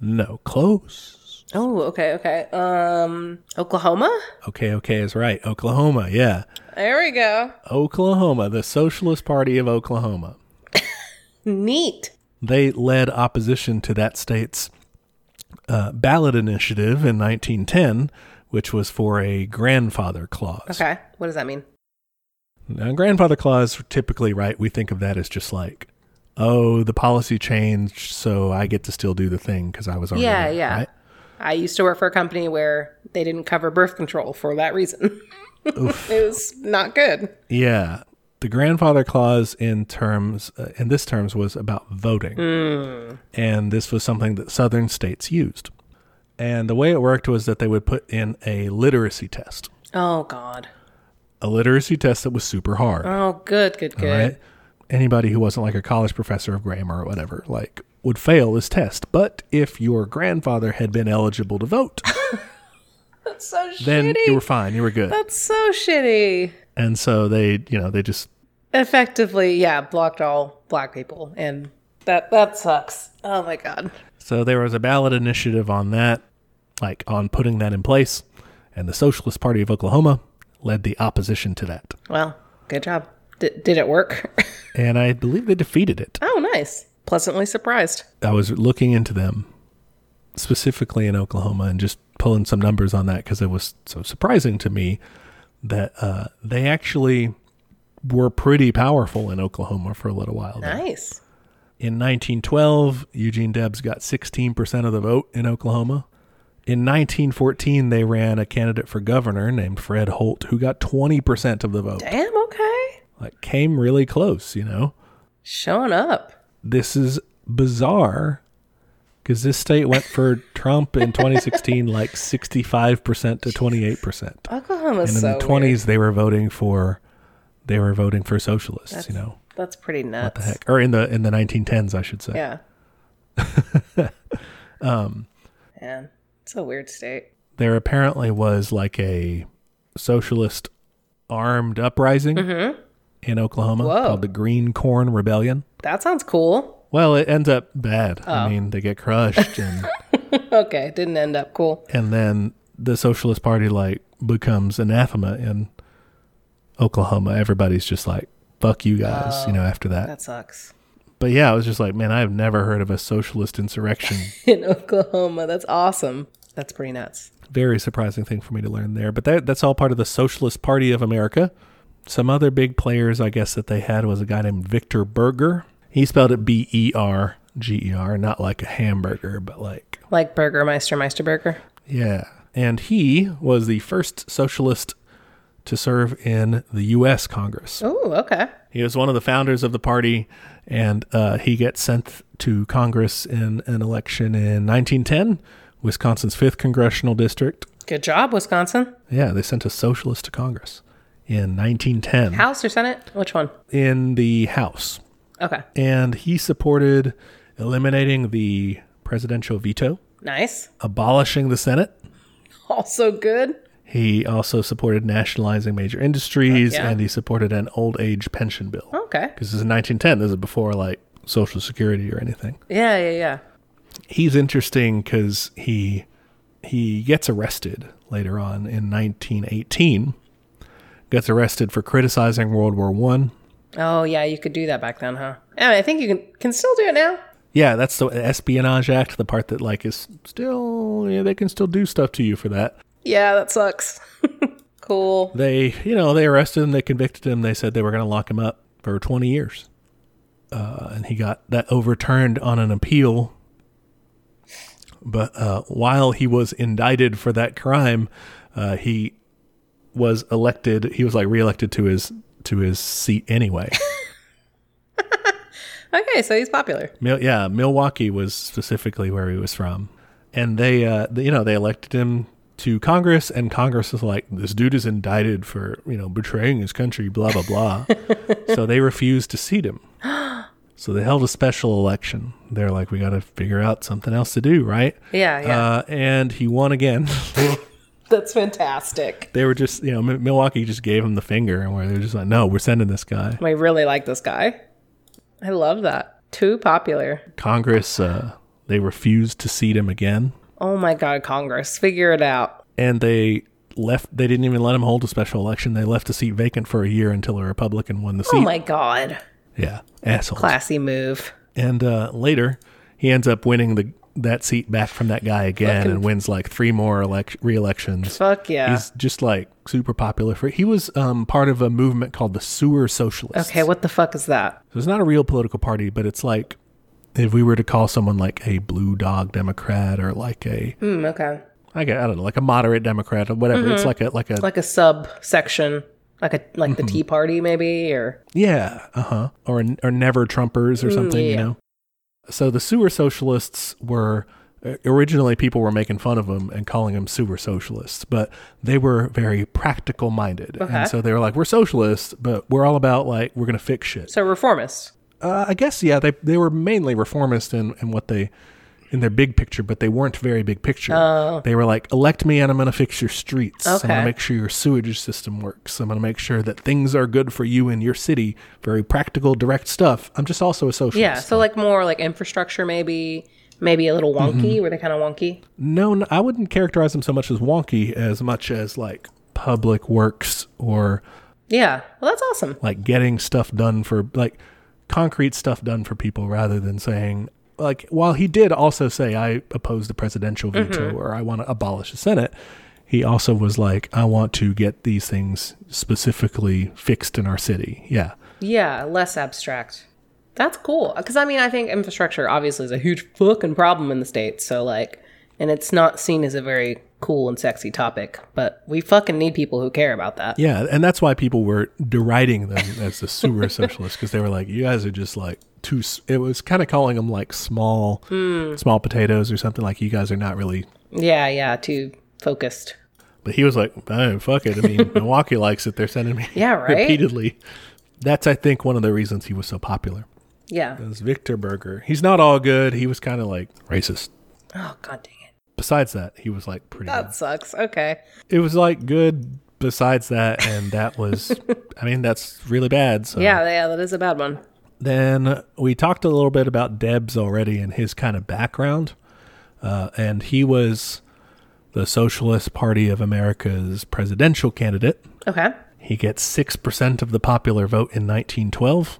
[SPEAKER 2] No, close.
[SPEAKER 1] Oh, okay, okay. Um, Oklahoma?
[SPEAKER 2] Okay, okay is right. Oklahoma, yeah.
[SPEAKER 1] There we go.
[SPEAKER 2] Oklahoma, the Socialist Party of Oklahoma.
[SPEAKER 1] Neat.
[SPEAKER 2] They led opposition to that state's uh, ballot initiative in 1910, which was for a grandfather clause.
[SPEAKER 1] Okay. What does that mean?
[SPEAKER 2] Now, grandfather clause typically, right? We think of that as just like oh, the policy changed, so I get to still do the thing because I was already
[SPEAKER 1] Yeah,
[SPEAKER 2] there,
[SPEAKER 1] yeah.
[SPEAKER 2] right?
[SPEAKER 1] I used to work for a company where they didn't cover birth control for that reason. <laughs> it was not good.
[SPEAKER 2] <laughs> Yeah. The grandfather clause in terms uh, in this terms was about voting.
[SPEAKER 1] Hmm.
[SPEAKER 2] And this was something that southern states used. And the way it worked was that they would put in a literacy test.
[SPEAKER 1] Oh God.
[SPEAKER 2] A literacy test that was super hard,
[SPEAKER 1] Oh, good, good, good.
[SPEAKER 2] right? Anybody who wasn't like a college professor of grammar or whatever, like would fail this test. But if your grandfather had been eligible to vote,
[SPEAKER 1] That's so
[SPEAKER 2] then
[SPEAKER 1] shitty.
[SPEAKER 2] you were fine, you were good.
[SPEAKER 1] That's so shitty.
[SPEAKER 2] And so they, you know, they just
[SPEAKER 1] Effectively, yeah, blocked all black people, and that that sucks. Oh my God.
[SPEAKER 2] So there was a ballot initiative on that, like on putting that in place, and the Socialist Party of Oklahoma led the opposition to that.
[SPEAKER 1] Well, good job. D- did it work? <laughs>
[SPEAKER 2] And I believe they defeated it.
[SPEAKER 1] oh, nice. Pleasantly surprised.
[SPEAKER 2] I was looking into them specifically in Oklahoma and just pulling some numbers on that because it was so surprising to me that uh, they actually were pretty powerful in Oklahoma for a little while. there.
[SPEAKER 1] Nice.
[SPEAKER 2] In 1912, Eugene Debs got 16% of the vote in Oklahoma. In 1914, they ran a candidate for governor named Fred Holt, who got 20% of the vote.
[SPEAKER 1] Damn. Okay.
[SPEAKER 2] Like, came really close, you know?
[SPEAKER 1] Showing up.
[SPEAKER 2] This is bizarre because this state
[SPEAKER 1] <laughs>
[SPEAKER 2] went for Trump in 2016, like 65% to 28%.
[SPEAKER 1] Oklahoma's
[SPEAKER 2] And in
[SPEAKER 1] Oh, so
[SPEAKER 2] the 20s,
[SPEAKER 1] weird.
[SPEAKER 2] they were voting for. They were voting for socialists, you know.
[SPEAKER 1] That's pretty nuts.
[SPEAKER 2] The heck, or in the in the 1910s, I should say.
[SPEAKER 1] Yeah.
[SPEAKER 2] <laughs>
[SPEAKER 1] um. Man, it's a weird state.
[SPEAKER 2] there apparently was like a socialist armed uprising in Oklahoma
[SPEAKER 1] Mm-hmm. Whoa.
[SPEAKER 2] called the Green Corn Rebellion.
[SPEAKER 1] That sounds cool.
[SPEAKER 2] Well, it ends up bad.
[SPEAKER 1] Oh.
[SPEAKER 2] I mean, they get
[SPEAKER 1] <laughs>
[SPEAKER 2] crushed, and
[SPEAKER 1] Okay, didn't end up cool.
[SPEAKER 2] and then the Socialist Party like becomes anathema in Oklahoma. Everybody's just like, "Fuck you guys," you know. After that,
[SPEAKER 1] That sucks. <laughs>
[SPEAKER 2] but yeah, I was just like, man, I have never heard of a socialist insurrection.
[SPEAKER 1] In Oklahoma, that's awesome. That's pretty nuts.
[SPEAKER 2] Very surprising thing for me to learn there. But that that's all part of the Socialist Party of America. Some other big players, I guess, that they had was a guy named Victor Berger. He spelled it B E R G E R, not like a hamburger, but like,
[SPEAKER 1] Like Burgermeister Meisterburger.
[SPEAKER 2] yeah. And he was the first socialist to serve in the U.S. Congress.
[SPEAKER 1] Oh, okay.
[SPEAKER 2] He was one of the founders of the party, and uh, he gets sent to Congress in an election in 1910, Wisconsin's 5th Congressional District.
[SPEAKER 1] Good job, Wisconsin.
[SPEAKER 2] Yeah, they sent a socialist to Congress in 1910
[SPEAKER 1] House or Senate? Which one?
[SPEAKER 2] in the House.
[SPEAKER 1] Okay.
[SPEAKER 2] And he supported eliminating the presidential veto,
[SPEAKER 1] Nice. <laughs>
[SPEAKER 2] abolishing the Senate.
[SPEAKER 1] Also good.
[SPEAKER 2] He also supported nationalizing major industries
[SPEAKER 1] Yeah.
[SPEAKER 2] and he supported an old age pension bill.
[SPEAKER 1] Okay.
[SPEAKER 2] Because this is 1910. This is before like Social Security or anything.
[SPEAKER 1] Yeah, yeah, yeah.
[SPEAKER 2] He's interesting because he he gets arrested later on in 1918. Gets arrested for criticizing World War One.
[SPEAKER 1] Oh, yeah, you could do that back then, huh? I, mean, I think you can can still do it now.
[SPEAKER 2] Yeah, that's the Espionage Act, the part that like is still yeah, they can still do stuff to you for that.
[SPEAKER 1] Yeah, that sucks. <laughs> cool.
[SPEAKER 2] They, you know, they arrested him, they convicted him, they said they were going to lock him up for 20 years. Uh, and he got that overturned on an appeal. But uh, while he was indicted for that crime, uh, he was elected. He was like reelected to his to his seat anyway.
[SPEAKER 1] Okay, so he's popular.
[SPEAKER 2] Mil- yeah, Milwaukee was specifically where he was from, and they, uh, they- you know, they elected him to Congress, and Congress was like, "This dude is indicted for you know betraying his country," blah blah blah. so they refused to seat him. So they held a special election. They're like, "We got to figure out something else to do, right?"
[SPEAKER 1] Yeah, yeah.
[SPEAKER 2] Uh, and he won again. <laughs>
[SPEAKER 1] That's fantastic.
[SPEAKER 2] they were just, you know, M- Milwaukee just gave him the finger, and where they're just like, "No, we're sending this guy."
[SPEAKER 1] I really like this guy. I love that. Too popular.
[SPEAKER 2] Congress, uh, they refused to seat him again.
[SPEAKER 1] Oh my God, Congress, figure it out.
[SPEAKER 2] and they left they didn't even let him hold a special election they left the seat vacant for a year until a republican won the seat
[SPEAKER 1] Oh my God.
[SPEAKER 2] yeah assholes
[SPEAKER 1] Classy move.
[SPEAKER 2] and uh, later he ends up winning the that seat back from that guy again
[SPEAKER 1] Fucking-
[SPEAKER 2] and wins like three more elec- re-elections.
[SPEAKER 1] Fuck yeah.
[SPEAKER 2] He's just like super popular for. He was um, part of a movement called the Sewer Socialists.
[SPEAKER 1] okay, what the fuck is that?
[SPEAKER 2] So it's not a real political party, but it's like if we were to call someone like a blue dog Democrat or like a
[SPEAKER 1] Hmm, okay.
[SPEAKER 2] I gue- I don't know, like a moderate Democrat or whatever.
[SPEAKER 1] Mm-hmm.
[SPEAKER 2] It's like a like a
[SPEAKER 1] Like a subsection, like a like the Tea Party maybe or
[SPEAKER 2] yeah, uh huh, or or never Trumpers or something, you
[SPEAKER 1] yeah.
[SPEAKER 2] know. So the sewer socialists were eh, originally people were making fun of them and calling them sewer socialists, but they were very practical minded,
[SPEAKER 1] Okay.
[SPEAKER 2] and so they were like, we're socialists, but we're all about like we're gonna fix shit.
[SPEAKER 1] so reformist.
[SPEAKER 2] Uh, I guess yeah, they they were mainly reformist in, in what they in their big picture, but they weren't very big picture. They were like, elect me and I'm going to fix your streets. I'm going
[SPEAKER 1] Oh. Okay.
[SPEAKER 2] to make sure your sewage system works. I'm going to make sure that things are good for you in your city. Very practical, direct stuff. I'm just also a socialist.
[SPEAKER 1] Yeah, so like more like infrastructure maybe, maybe a little wonky. Were they kind of wonky?
[SPEAKER 2] No, n- I wouldn't characterize them so much as wonky as much as like public works or
[SPEAKER 1] Yeah. Well, that's awesome.
[SPEAKER 2] like getting stuff done for like concrete stuff done for people rather than saying like while he did also say I oppose the presidential veto or I want to abolish the Senate, he also was like I want to get these things specifically fixed in our city. Yeah.
[SPEAKER 1] Yeah, less abstract. That's cool. Because I mean, I think infrastructure obviously is a huge fucking problem in the states. So like, and it's not seen as a very cool and sexy topic, but we fucking need people who care about that.
[SPEAKER 2] Yeah, and that's why people were deriding them as the sewer socialists because they were like you guys are just like too s-" it was kind of calling them like small small potatoes or something like you guys are not really
[SPEAKER 1] Yeah, yeah, too focused.
[SPEAKER 2] But he was like, oh, fuck it.
[SPEAKER 1] <laughs>
[SPEAKER 2] I mean, Milwaukee likes it. They're sending me
[SPEAKER 1] Yeah, right?
[SPEAKER 2] repeatedly. That's, I think, one of the reasons he was so popular.
[SPEAKER 1] Yeah.
[SPEAKER 2] It was Victor Berger. He's not all good. He was kind of like racist.
[SPEAKER 1] Oh god dang it.
[SPEAKER 2] Besides that, he was like pretty.
[SPEAKER 1] That sucks. Okay.
[SPEAKER 2] good. It was like good besides that. And
[SPEAKER 1] <laughs>
[SPEAKER 2] that was, I mean, that's really bad. So
[SPEAKER 1] Yeah, yeah, that is a bad one.
[SPEAKER 2] Then we talked a little bit about Debs already and his kind of background. Uh, and he was the Socialist Party of America's presidential candidate.
[SPEAKER 1] Okay.
[SPEAKER 2] He gets 6% of the popular vote in 1912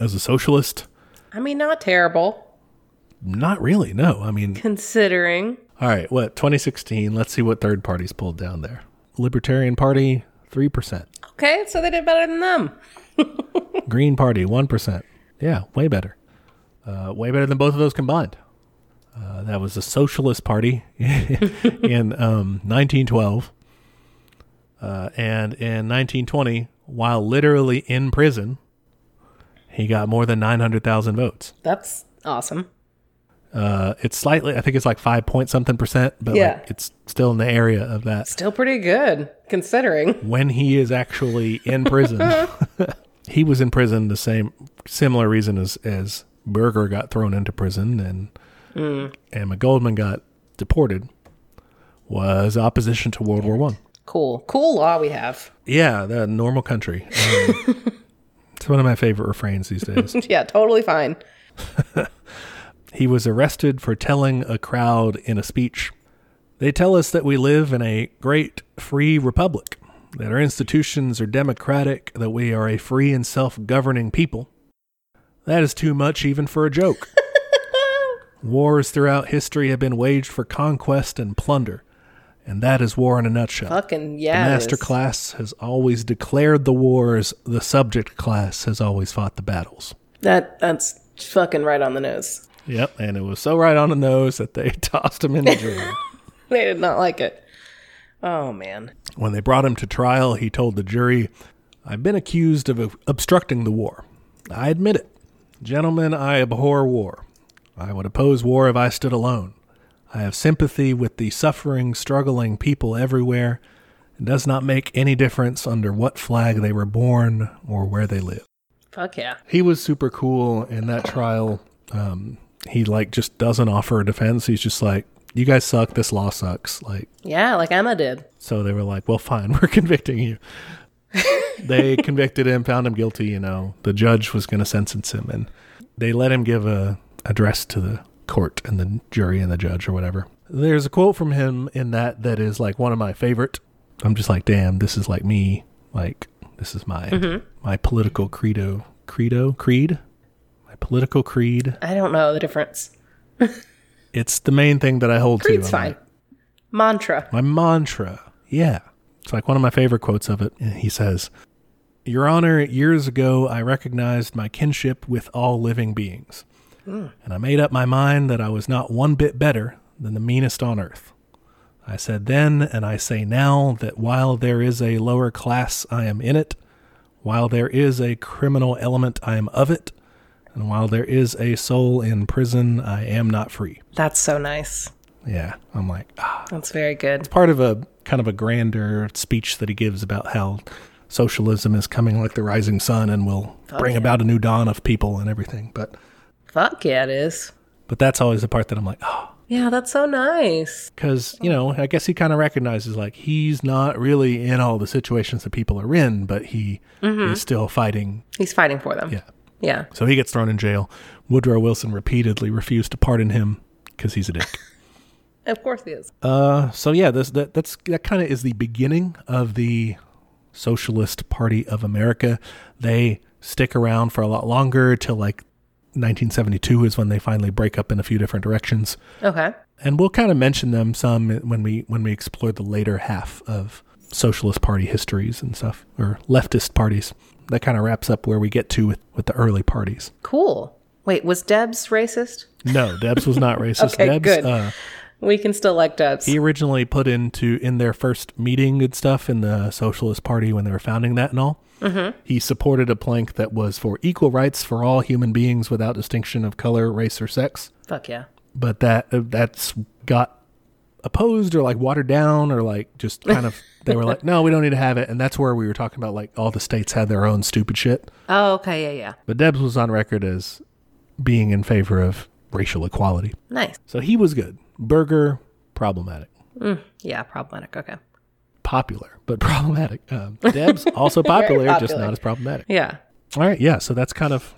[SPEAKER 2] as a socialist.
[SPEAKER 1] I mean, not terrible
[SPEAKER 2] Not really, no. I mean,
[SPEAKER 1] considering.
[SPEAKER 2] all right, what, 2016? Let's see what third parties pulled down there. Libertarian Party, 3%.
[SPEAKER 1] Okay, so they did better than them.
[SPEAKER 2] Green Party, 1%. Yeah, way better. Uh, way better than both of those combined. Uh, that was the Socialist Party <laughs> in um, 1912. Uh, and in 1920, while literally in prison, he got more than 900,000 votes.
[SPEAKER 1] That's awesome.
[SPEAKER 2] Uh, it's slightly, I think it's like five point something percent, but
[SPEAKER 1] Yeah.
[SPEAKER 2] like it's still in the area of that.
[SPEAKER 1] Still pretty good considering.
[SPEAKER 2] When he is actually in prison, he was in prison the same similar reason as as Berger got thrown into prison and Emma Goldman got deported was opposition to World War One.
[SPEAKER 1] Cool. Cool law we have. <laughs>
[SPEAKER 2] Yeah, the normal country. Um, it's one of my favorite refrains these days.
[SPEAKER 1] yeah, totally fine.
[SPEAKER 2] He was arrested for telling a crowd in a speech, They tell us that we live in a great free republic, that our institutions are democratic, that we are a free and self governing people. That is too much even for a joke. Wars throughout history have been waged for conquest and plunder, and that is war in a nutshell.
[SPEAKER 1] Fucking
[SPEAKER 2] The
[SPEAKER 1] yeah. it
[SPEAKER 2] master
[SPEAKER 1] is.
[SPEAKER 2] class has always declared the wars, the subject class has always fought the battles.
[SPEAKER 1] That that's fucking right on the nose. <laughs>
[SPEAKER 2] Yep, and it was so right on the nose that they <laughs> tossed him in the jury.
[SPEAKER 1] They did not like it. Oh man.
[SPEAKER 2] When they brought him to trial, he told the jury, I've been accused of obstructing the war. I admit it. Gentlemen, I abhor war. I would oppose war if I stood alone. I have sympathy with the suffering, struggling people everywhere. It does not make any difference under what flag they were born or where they live.
[SPEAKER 1] Fuck yeah.
[SPEAKER 2] He was super cool in that trial. Um, he like just doesn't offer a defense. He's just like, you guys suck. This law sucks. Like,
[SPEAKER 1] Yeah, like Emma did.
[SPEAKER 2] so they were like, "Well, fine, <laughs> we're convicting you."
[SPEAKER 1] <laughs>
[SPEAKER 2] they convicted him, found him guilty. You know, the judge was going to sentence him, and they let him give a address to the court and the jury and the judge or whatever. There's a quote from him in that that is like one of my favorite. I'm just like, "Damn, this is like me. Like, this is my
[SPEAKER 1] Mm-hmm.
[SPEAKER 2] my political credo, credo, creed, my political creed."
[SPEAKER 1] I don't know the difference.
[SPEAKER 2] It's the main thing that I hold
[SPEAKER 1] Creed's
[SPEAKER 2] to. I'm
[SPEAKER 1] fine.
[SPEAKER 2] like,
[SPEAKER 1] Mantra.
[SPEAKER 2] My mantra. Yeah. It's like one of my favorite quotes of it. He says, Your Honor, years ago I recognized my kinship with all living beings. And I made up my mind that I was not one bit better than the meanest on earth. I said then, and I say now, that while there is a lower class, I am in it. While there is a criminal element, I am of it. And while there is a soul in prison, I am not free.
[SPEAKER 1] That's so nice.
[SPEAKER 2] Yeah. I'm like, ah
[SPEAKER 1] That's very good.
[SPEAKER 2] part of a kind of a grander speech that he gives about how socialism is coming like the rising sun and will bring about a new dawn of people and everything. But
[SPEAKER 1] Fuck yeah, it is.
[SPEAKER 2] but that's always the part that I'm like, oh,
[SPEAKER 1] Yeah, that's so nice.
[SPEAKER 2] because you know, I guess he kind of recognizes like he's not really in all the situations that people are in, but he is still fighting.
[SPEAKER 1] He's fighting for them.
[SPEAKER 2] Yeah,
[SPEAKER 1] Yeah.
[SPEAKER 2] so he gets thrown in jail. Woodrow Wilson repeatedly refused to pardon him because he's a dick.
[SPEAKER 1] Of course he is.
[SPEAKER 2] Uh, so yeah, this that that's that kind of is the beginning of the Socialist Party of America. They stick around for a lot longer till like 1972 is when they finally break up in a few different directions,
[SPEAKER 1] Okay.
[SPEAKER 2] and we'll kind of mention them some when we when we explore the later half of Socialist Party histories and stuff or leftist parties. That kind of wraps up where we get to with, with the early parties.
[SPEAKER 1] Cool. Wait, was Debs racist?
[SPEAKER 2] No, Debs was not
[SPEAKER 1] <laughs>
[SPEAKER 2] racist.
[SPEAKER 1] Okay,
[SPEAKER 2] Debs,
[SPEAKER 1] good.
[SPEAKER 2] Uh,
[SPEAKER 1] We can still like Debs.
[SPEAKER 2] He originally put into in their first meeting and stuff in the Socialist Party when they were founding that and all. Mm-hmm. He supported a plank that was for equal rights for all human beings without distinction of color, race, or sex.
[SPEAKER 1] Fuck yeah.
[SPEAKER 2] But that uh, that's got opposed or like watered down or like just kind of they were like, no, we don't need to have it. And that's where we were talking about like all the states had their own stupid shit.
[SPEAKER 1] Oh, okay. Yeah, yeah.
[SPEAKER 2] But Debs was on record as being in favor of racial equality,
[SPEAKER 1] Nice.
[SPEAKER 2] so he was good. Berger problematic.
[SPEAKER 1] Yeah, problematic. Okay.
[SPEAKER 2] popular, but <laughs> problematic. Um, Deb's also popular, just
[SPEAKER 1] popular.
[SPEAKER 2] not as problematic.
[SPEAKER 1] Yeah.
[SPEAKER 2] All right, yeah. So that's kind of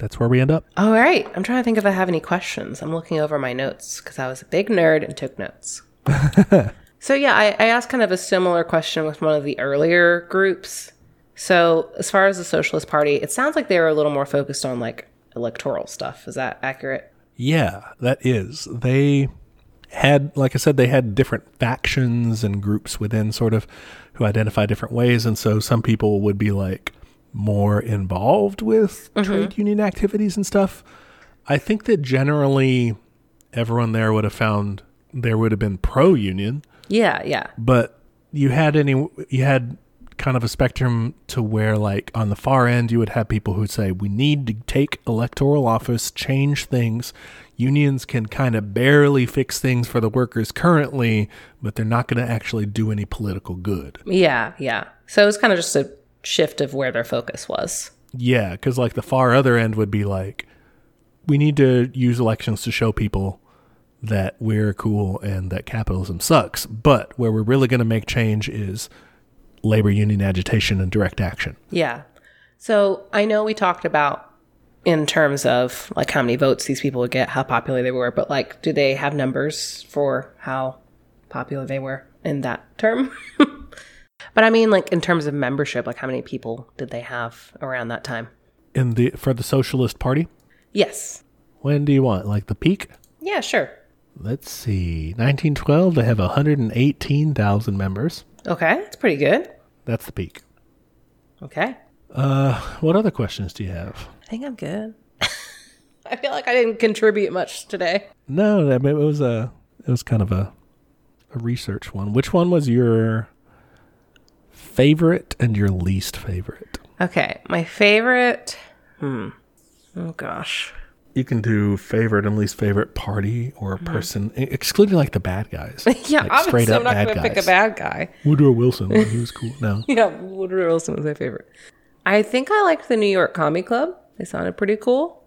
[SPEAKER 2] that's where we end up.
[SPEAKER 1] All right. I'm trying to think if I have any questions. I'm looking over my notes because I was a big nerd and took <laughs> notes. so, yeah, I, I asked kind of a similar question with one of the earlier groups. So, as far as the Socialist Party, it sounds like they were a little more focused on like electoral stuff. Is that accurate?
[SPEAKER 2] Yeah, that is. They had, like I said, they had different factions and groups within, sort of, who identify different ways, and so some people would be like more involved with trade union activities and stuff. I think that generally everyone there would have found there would have been pro union.
[SPEAKER 1] Yeah, yeah.
[SPEAKER 2] but you had any you had kind of a spectrum to where like on the far end you would have people who'd say we need to take electoral office change things unions can kind of barely fix things for the workers currently but they're not going to actually do any political good
[SPEAKER 1] Yeah, yeah. So, it was kind of just a shift of where their focus was.
[SPEAKER 2] yeah because like the far other end would be like we need to use elections to show people that we're cool and that capitalism sucks but where we're really going to make change is labor union agitation and direct action
[SPEAKER 1] Yeah. So I know we talked about in terms of like how many votes these people would get, how popular they were, but like, do they have numbers for how popular they were in that term? <laughs> but I mean, like in terms of membership, like how many people did they have around that time?
[SPEAKER 2] in the for the socialist party
[SPEAKER 1] Yes.
[SPEAKER 2] when do you want like the peak
[SPEAKER 1] Yeah, sure.
[SPEAKER 2] let's see 1912 they have 118000 members
[SPEAKER 1] Okay. That's pretty good.
[SPEAKER 2] that's the peak
[SPEAKER 1] Okay.
[SPEAKER 2] uh what other questions do you have
[SPEAKER 1] I think I'm good. <laughs> I feel like I didn't contribute much today.
[SPEAKER 2] no I mean, it was a it was kind of a a research one which one was your favorite and your least favorite
[SPEAKER 1] Okay. My favorite. Hmm. Oh, gosh.
[SPEAKER 2] you can do favorite and least favorite party or
[SPEAKER 1] Mm-hmm.
[SPEAKER 2] person e- excluding like the bad
[SPEAKER 1] <laughs>
[SPEAKER 2] guys
[SPEAKER 1] Yeah,
[SPEAKER 2] Like,
[SPEAKER 1] obviously, I'm not
[SPEAKER 2] bad
[SPEAKER 1] going to pick a
[SPEAKER 2] guys.
[SPEAKER 1] bad guy. <laughs>
[SPEAKER 2] woodrow wilson when he was cool no
[SPEAKER 1] Yeah, Woodrow Wilson was my favorite. I think I liked the New York Comedy Club. They sounded pretty cool.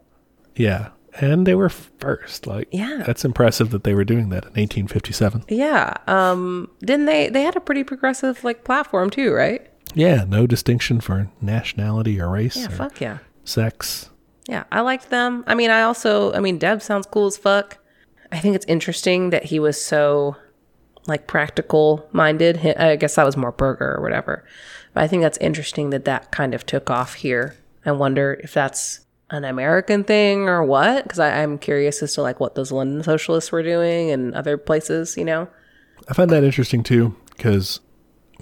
[SPEAKER 2] Yeah. And they were first. Like,
[SPEAKER 1] Yeah.
[SPEAKER 2] That's impressive that they were doing that in 1857.
[SPEAKER 1] Yeah. Um, didn't they? They had a pretty progressive like platform too, right?
[SPEAKER 2] Yeah. No distinction for nationality or race
[SPEAKER 1] Yeah.
[SPEAKER 2] or
[SPEAKER 1] Fuck yeah.
[SPEAKER 2] sex.
[SPEAKER 1] Yeah, I liked them. I mean, I also, I mean, Deb sounds cool as fuck. I think it's interesting that he was so like practical minded. Hi- I guess that was more burger or whatever. But I think that's interesting that that kind of took off here. I wonder if that's an American thing or what? Because I'm curious as to like what those London socialists were doing and other places, you know.
[SPEAKER 2] I find that interesting too, because,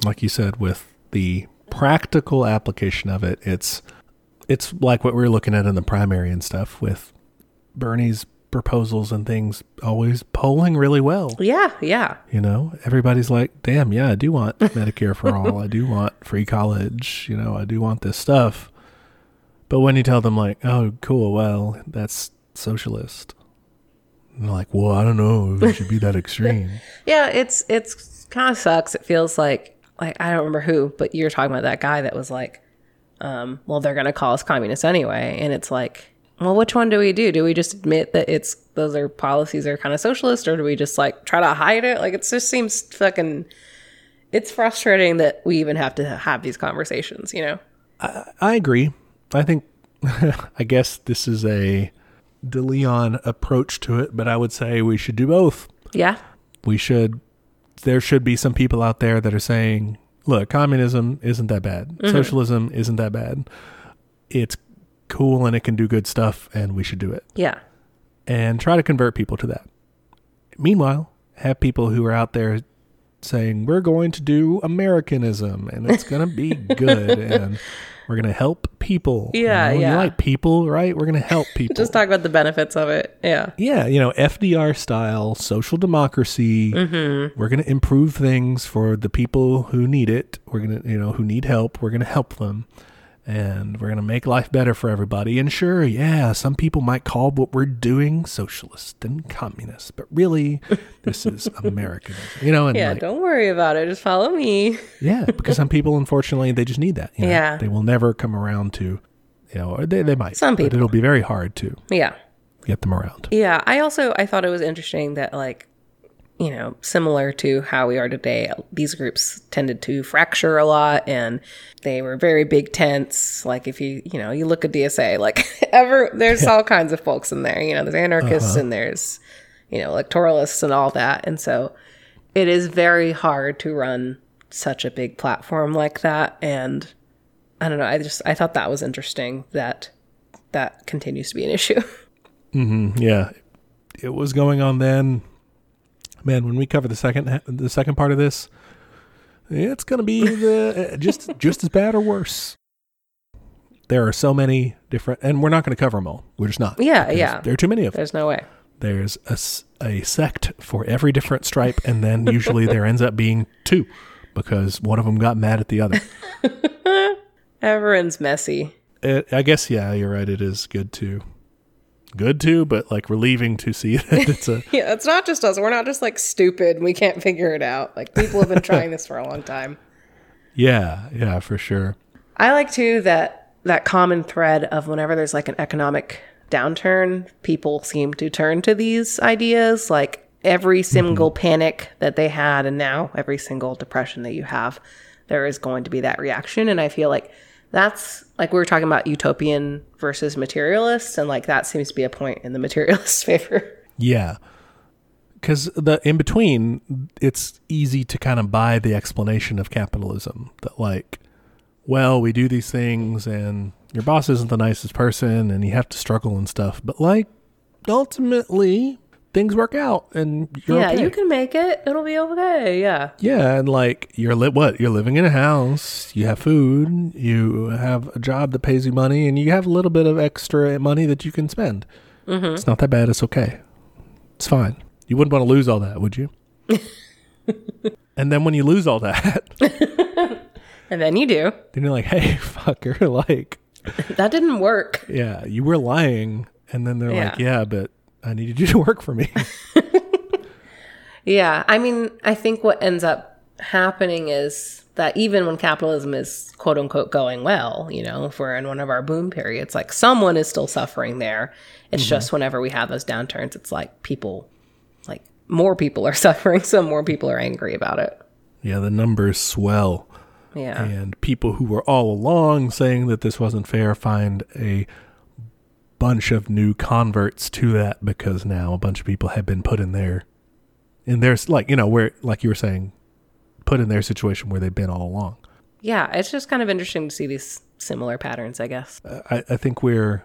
[SPEAKER 2] like you said, with the practical application of it, it's it's like what we were looking at in the primary and stuff with Bernie's proposals and things always polling really well.
[SPEAKER 1] Yeah, yeah,
[SPEAKER 2] You know, everybody's like, "Damn, yeah, I do want Medicare for all. I do want free college. You know, I do want this stuff." But when you tell them like, "Oh, cool, well, that's socialist," and they're like, "Well, I don't know if it should be that extreme."
[SPEAKER 1] yeah. It's it's kind of sucks. It feels like like I don't remember who, but you're talking about that guy that was like, um, well, they're gonna call us communists anyway, and it's like, well, which one do we do? Do we just admit that it's those are policies are kind of socialist, or do we just like try to hide it? Like it just seems fucking. It's frustrating that we even have to have these conversations, you know.
[SPEAKER 2] I agree. I think, <laughs> I guess this is a De Leon approach to it, but I would say we should do both.
[SPEAKER 1] Yeah,
[SPEAKER 2] We should, there should be some people out there that are saying, look, communism isn't that bad. Socialism isn't that bad. It's cool and it can do good stuff and we should do it.
[SPEAKER 1] yeah.
[SPEAKER 2] And try to convert people to that. Meanwhile, have people who are out there saying, we're going to do Americanism and it's going to be
[SPEAKER 1] <laughs>
[SPEAKER 2] good and we're going to help people.
[SPEAKER 1] Yeah,
[SPEAKER 2] you know,
[SPEAKER 1] yeah.
[SPEAKER 2] You like people, right? We're going to help people.
[SPEAKER 1] Just talk about the benefits of it. Yeah.
[SPEAKER 2] yeah, you know, FDR style social democracy.
[SPEAKER 1] Mm-hmm.
[SPEAKER 2] We're going to improve things for the people who need it. We're going to, you know, who need help. We're going to help them. And we're going to make life better for everybody. And sure, yeah, some people might call what we're doing socialist and communist, but
[SPEAKER 1] <laughs>
[SPEAKER 2] really, this is Americanism. You know, and
[SPEAKER 1] Yeah,
[SPEAKER 2] like,
[SPEAKER 1] don't worry about it. Just follow me. <laughs>
[SPEAKER 2] yeah, because some people, unfortunately, they just need that. you know.
[SPEAKER 1] Yeah.
[SPEAKER 2] They will never come around to, you know, or they, they might.
[SPEAKER 1] Some
[SPEAKER 2] But
[SPEAKER 1] people.
[SPEAKER 2] it'll be very hard to
[SPEAKER 1] Yeah.
[SPEAKER 2] get them around.
[SPEAKER 1] Yeah. I also I thought it was interesting that like, you know, similar to how we are today, these groups tended to fracture a lot and they were very big tents. Like if you you know, you look at DSA, like <laughs> ever there's all kinds of folks in there. You know, there's anarchists and there's, you know, electoralists and all that. And so it is very hard to run such a big platform like that and I don't know, I just I thought that was interesting that that continues to be an issue. <laughs>
[SPEAKER 2] Yeah. It was going on then. Man, when we cover the second ha- the second part of this, it's going to be the, uh, just just as bad or worse. There are so many different and we're not going to cover them all. We're just not.
[SPEAKER 1] Yeah,
[SPEAKER 2] because
[SPEAKER 1] yeah.
[SPEAKER 2] There are too many of them.
[SPEAKER 1] There's no way.
[SPEAKER 2] There's a, s- a sect for every different stripe and then usually there ends up being two because one of them got mad at the other.
[SPEAKER 1] Everyone's messy. <laughs>
[SPEAKER 2] It, Eh, I guess yeah, you're right. It is good to good to, but like relieving to see <laughs> that it's a
[SPEAKER 1] Yeah, it's not just us. We're not just like stupid and we can't figure it out. Like people have been trying this for a long time.
[SPEAKER 2] yeah, yeah, for sure.
[SPEAKER 1] <laughs> I like too that that common thread of whenever there's like an economic downturn, people seem to turn to these ideas. Like every single panic that they had, and now every single depression that you have, there is going to be that reaction. And I feel like that's like we were talking about utopian versus materialist, and like that seems to be a point in the materialist's <laughs> favor.
[SPEAKER 2] Yeah. Because the in between, it's easy to kind of buy the explanation of capitalism that, like, well, we do these things and your boss isn't the nicest person and you have to struggle and stuff. But, like, ultimately, things work out and you're
[SPEAKER 1] yeah,
[SPEAKER 2] okay.
[SPEAKER 1] you can make it. It'll be okay. Yeah.
[SPEAKER 2] yeah. And, like, you're li- what? You're living in a house, you have food, you have a job that pays you money, and you have a little bit of extra money that you can spend. It's not that bad. It's okay. It's fine. You wouldn't want to lose all that, would you? and then when you lose all that, <laughs>
[SPEAKER 1] And then you do.
[SPEAKER 2] then you're like, hey, fucker, <laughs> like,
[SPEAKER 1] That didn't work.
[SPEAKER 2] yeah, you were lying. And then they're like, yeah, but I needed you to work for me. <laughs>
[SPEAKER 1] Yeah. I mean, I think what ends up happening is that even when capitalism is quote unquote going well, you know, if we're in one of our boom periods, like someone is still suffering there. It's just whenever we have those downturns, it's like people, like more people are <laughs> suffering. So more people are angry about it.
[SPEAKER 2] yeah, the numbers swell.
[SPEAKER 1] Yeah.
[SPEAKER 2] And people who were all along saying that this wasn't fair find a bunch of new converts to that because now a bunch of people have been put in there. And there's like, you know, where, like you were saying, put in their situation where they've been all along.
[SPEAKER 1] Yeah. It's just kind of interesting to see these similar patterns, I guess.
[SPEAKER 2] I, I think we're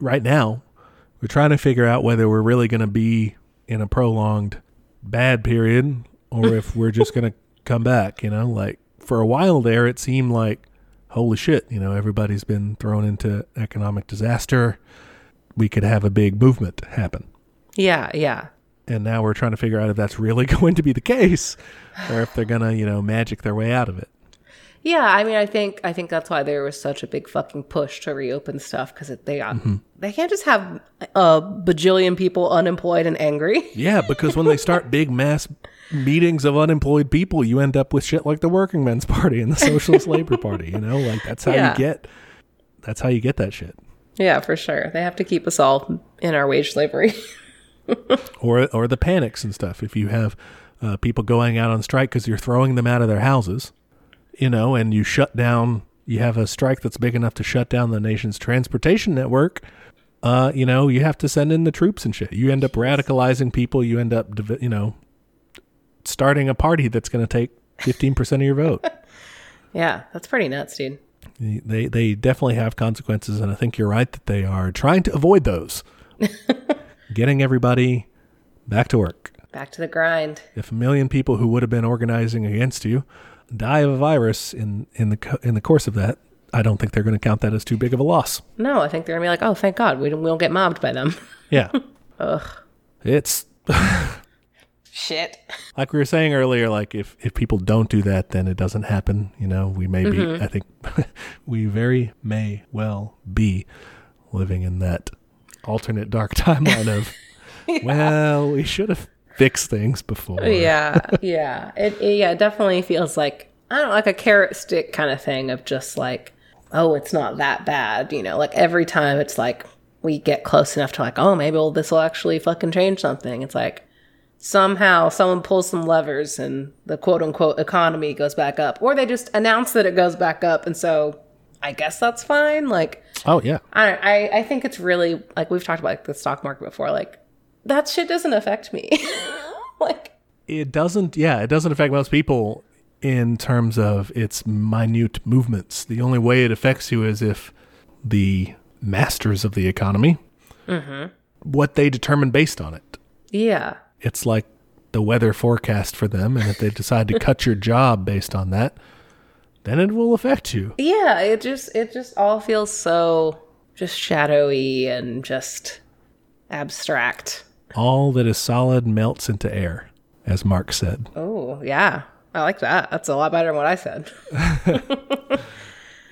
[SPEAKER 2] right now, we're trying to figure out whether we're really going to be in a prolonged bad period or if we're just going to come back, you know? Like for a while there, it seemed like, holy shit, you know, everybody's been thrown into economic disaster. We could have a big movement happen.
[SPEAKER 1] Yeah, yeah.
[SPEAKER 2] And now we're trying to figure out if that's really <laughs> going to be the case or if they're going to, you know, magic their way out of it.
[SPEAKER 1] Yeah, I mean, I think I think that's why there was such a big fucking push to reopen stuff because they got, they can't just have a bajillion people unemployed and angry.
[SPEAKER 2] Yeah, because when they start big mass meetings of unemployed people, you end up with shit like the Working Men's Party and the Socialist Labor Party. You know, like that's how
[SPEAKER 1] Yeah.
[SPEAKER 2] you get. That's how you get that shit.
[SPEAKER 1] Yeah, for sure. They have to keep us all in our wage slavery. <laughs>
[SPEAKER 2] or or the panics and stuff. If you have uh, people going out on strike because you're throwing them out of their houses, you know, and you shut down, you have a strike that's big enough to shut down the nation's transportation network. Uh, you know, you have to send in the troops and shit. You end up radicalizing people. You end up, div- you know, starting a party that's going to take fifteen percent of your vote.
[SPEAKER 1] yeah, that's pretty nuts, dude.
[SPEAKER 2] they they definitely have consequences, and I think you're right that they are trying to avoid those. Getting everybody back to work.
[SPEAKER 1] Back to the grind.
[SPEAKER 2] if a million people who would have been organizing against you die of a virus in in the co- in the course of that, I don't think they're going to count that as too big of a loss.
[SPEAKER 1] No, I think they're gonna be like, oh, thank God, we don't, we don't get mobbed by them.
[SPEAKER 2] Yeah. It's
[SPEAKER 1] Shit.
[SPEAKER 2] like we were saying earlier like if if people don't do that then it doesn't happen, you know, we may be I think <laughs> we very may well be living in that alternate dark <laughs> timeline of well, we should have fixed things before.
[SPEAKER 1] Yeah, yeah. It, it- yeah, it definitely feels like I don't know, like a carrot stick kind of thing of just like, oh, it's not that bad, you know. Like every time it's like we get close enough to like, oh, maybe well, this will actually fucking change something. It's like somehow someone pulls some levers and the quote unquote economy goes back up, or they just announce that it goes back up, and so I guess that's fine. Like
[SPEAKER 2] Oh yeah.
[SPEAKER 1] I don't. I I think it's really like we've talked about like the stock market before. Like that shit doesn't affect me. <laughs> like
[SPEAKER 2] it doesn't yeah it doesn't affect most people in terms of its minute movements the only way it affects you is if the masters of the economy what they determine based on it
[SPEAKER 1] yeah,
[SPEAKER 2] it's like the weather forecast for them and if they decide to cut your job based on that then it will affect you
[SPEAKER 1] yeah. It just it just all feels so just shadowy and just abstract.
[SPEAKER 2] all that is solid melts into air as marx said
[SPEAKER 1] Oh yeah, I like that. That's a lot better than what I said.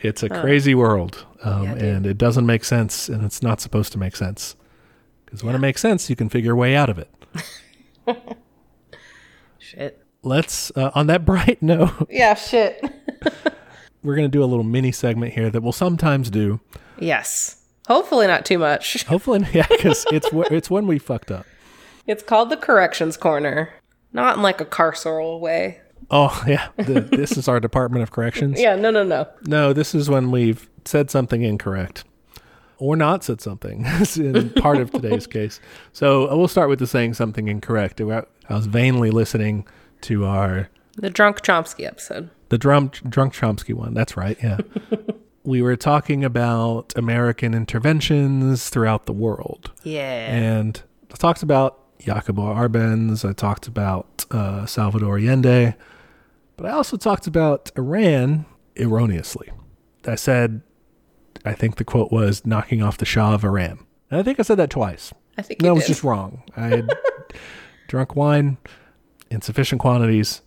[SPEAKER 2] It's a crazy world, um,
[SPEAKER 1] Yeah, dude.
[SPEAKER 2] and it doesn't make sense, and it's not supposed to make sense. Because when it makes sense, you can figure a way out of it.
[SPEAKER 1] Shit.
[SPEAKER 2] Let's, uh, on that <laughs> bright note,
[SPEAKER 1] Yeah. Shit.
[SPEAKER 2] we're going to do a little mini segment here that we'll sometimes do.
[SPEAKER 1] yes. Hopefully not too much.
[SPEAKER 2] Hopefully, <laughs> yeah, because it's wh- it's when we fucked up.
[SPEAKER 1] It's called the corrections corner. Not in like a carceral way.
[SPEAKER 2] Oh <laughs> yeah, the, this is our Department of Corrections.
[SPEAKER 1] Yeah. No. No. No.
[SPEAKER 2] No, this is when we've said something incorrect or not said something <laughs> as in part of today's case. So uh, we'll start with the saying something incorrect. I was vainly listening to our
[SPEAKER 1] The drunk Chomsky episode.
[SPEAKER 2] The drum, drunk Chomsky one. That's right. Yeah. we were talking about American interventions throughout the world.
[SPEAKER 1] Yeah.
[SPEAKER 2] And I talked about Jacobo Arbenz. I talked about uh, Salvador Allende. But I also talked about Iran erroneously. I said, I think the quote was knocking off the Shah of Iran. And I think I said that twice.
[SPEAKER 1] I think
[SPEAKER 2] That
[SPEAKER 1] you
[SPEAKER 2] was
[SPEAKER 1] did.
[SPEAKER 2] just wrong. I had drunk wine in sufficient quantities.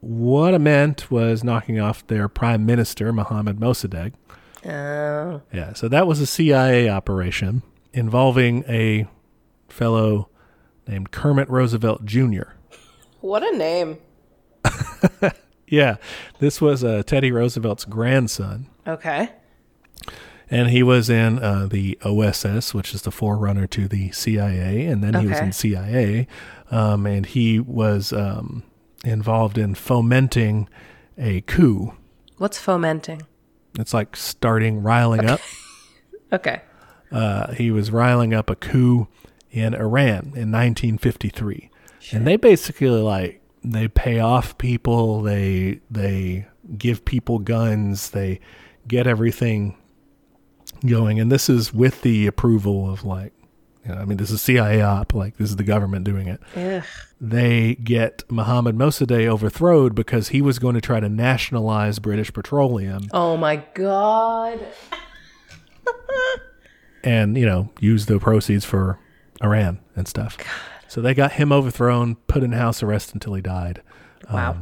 [SPEAKER 2] What I meant was knocking off their prime minister, Mohammad Mossadegh.
[SPEAKER 1] Oh,
[SPEAKER 2] Yeah, so that was a CIA operation involving a fellow named Kermit Roosevelt Jr.
[SPEAKER 1] what a name.
[SPEAKER 2] Yeah, this was uh, Teddy Roosevelt's grandson,
[SPEAKER 1] Okay.
[SPEAKER 2] and he was in uh, the OSS, which is the forerunner to the CIA, and then he was
[SPEAKER 1] Okay.
[SPEAKER 2] in CIA, um, and he was um, involved in fomenting a coup.
[SPEAKER 1] What's fomenting?
[SPEAKER 2] It's like starting riling up.
[SPEAKER 1] Okay.
[SPEAKER 2] uh, he was riling up a coup in Iran in 1953, and they basically like they pay off people, they they give people guns, they get everything going, and this is with the approval of like, you know, I mean, this is CIA op, like this is the government doing it.
[SPEAKER 1] Ugh.
[SPEAKER 2] They get Mohammad Mossadegh overthrown because he was going to try to nationalize British petroleum
[SPEAKER 1] Oh my god.
[SPEAKER 2] and you know use the proceeds for Iran and stuff. So they got him overthrown, put in house arrest until he died. Um,
[SPEAKER 1] Wow.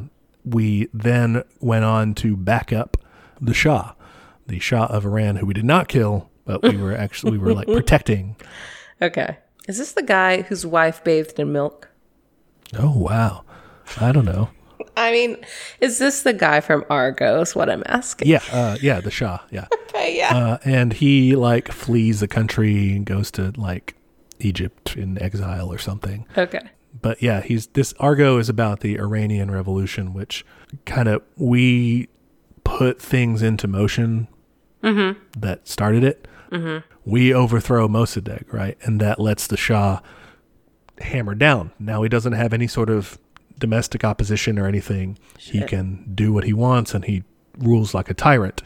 [SPEAKER 2] we then went on to back up the Shah, the Shah of Iran, who we did not kill, but we were actually we were like protecting.
[SPEAKER 1] okay. Is this the guy whose wife bathed in milk?
[SPEAKER 2] Oh wow, I don't know.
[SPEAKER 1] I mean, is this the guy from Argo? Is what I'm asking.
[SPEAKER 2] Yeah, uh, yeah, the Shah, yeah,
[SPEAKER 1] Okay, yeah.
[SPEAKER 2] uh, and he like flees the country and goes to like Egypt in exile or something.
[SPEAKER 1] Okay.
[SPEAKER 2] but yeah, he's this Argo is about the Iranian Revolution, which kind of we put things into motion that started it. We overthrow Mossadegh, right, and that lets the Shah hammer down. Now he doesn't have any sort of domestic opposition or anything. He can do what he wants, and he rules like a tyrant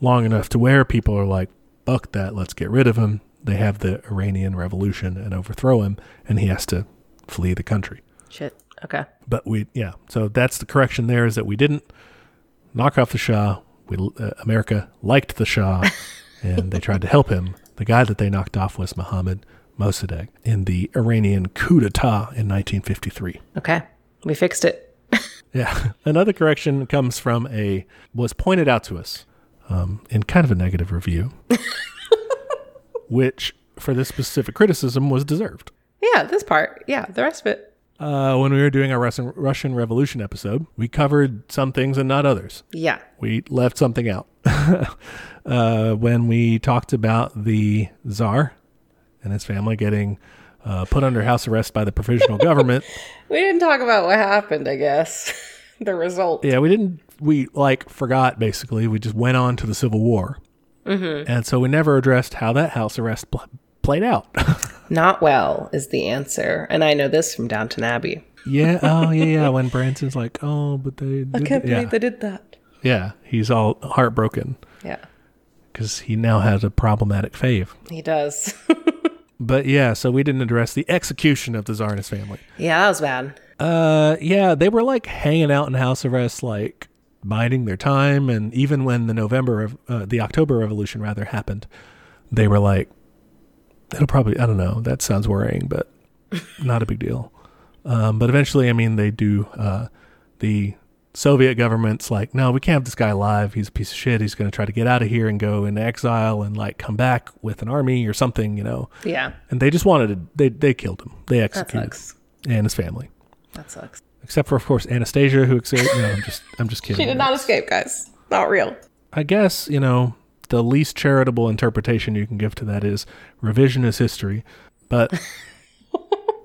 [SPEAKER 2] long enough to where people are like, "Fuck that! Let's get rid of him." They have the Iranian Revolution and overthrow him, and he has to flee the country.
[SPEAKER 1] Shit. Okay.
[SPEAKER 2] But we, yeah. So that's the correction. There is that we didn't knock off the Shah. We uh, America liked the Shah, and they tried to help him. The guy that they knocked off was Mohammad Mossadegh in the Iranian coup d'état in 1953.
[SPEAKER 1] Okay. We fixed it.
[SPEAKER 2] Yeah, <laughs> another correction comes from a was pointed out to us um, in kind of a negative review, which for this specific criticism was deserved.
[SPEAKER 1] Yeah, this part. Yeah, the rest of it.
[SPEAKER 2] Uh, when we were doing our Russian, Russian Revolution episode, we covered some things and not others.
[SPEAKER 1] Yeah.
[SPEAKER 2] We left something out. <laughs> uh, when we talked about the Tsar and his family getting uh, put under house arrest by the provisional government,
[SPEAKER 1] We didn't talk about what happened, I guess. <laughs> the result.
[SPEAKER 2] yeah, we didn't, we like forgot basically. We just went on to the Civil War. Mm-hmm. And so we never addressed how that house arrest pl- played out. <laughs>
[SPEAKER 1] Not well is the answer. And I know this from Downton Abbey.
[SPEAKER 2] yeah. Oh, yeah, yeah. When Branson's like, oh, but they did.
[SPEAKER 1] I can't
[SPEAKER 2] yeah.
[SPEAKER 1] believe they did that.
[SPEAKER 2] yeah. He's all heartbroken.
[SPEAKER 1] Yeah.
[SPEAKER 2] because he now has a problematic fave.
[SPEAKER 1] He does. <laughs>
[SPEAKER 2] But yeah, so we didn't address the execution of the Tsar and his family.
[SPEAKER 1] yeah, that was bad.
[SPEAKER 2] Uh, yeah, they were like hanging out in house arrest, like biding their time. And even when the November, of, uh, the October Revolution rather happened, they were like, "It'll probably, I don't know. That sounds worrying, but <laughs> not a big deal." Um, but eventually, I mean, they do. Uh, the Soviet government's like, "No, we can't have this guy alive. He's a piece of shit. He's going to try to get out of here and go into exile and like come back with an army or something, you know."
[SPEAKER 1] Yeah.
[SPEAKER 2] And they just wanted to. They they killed him. They
[SPEAKER 1] That
[SPEAKER 2] executed
[SPEAKER 1] sucks.
[SPEAKER 2] him and his family
[SPEAKER 1] That sucks.
[SPEAKER 2] except for of course Anastasia, who exa- no, I'm just I'm just
[SPEAKER 1] <laughs>
[SPEAKER 2] kidding.
[SPEAKER 1] She did not escape, guys. Not real.
[SPEAKER 2] I guess you know the least charitable interpretation you can give to that is revisionist history,
[SPEAKER 1] <laughs>
[SPEAKER 2] but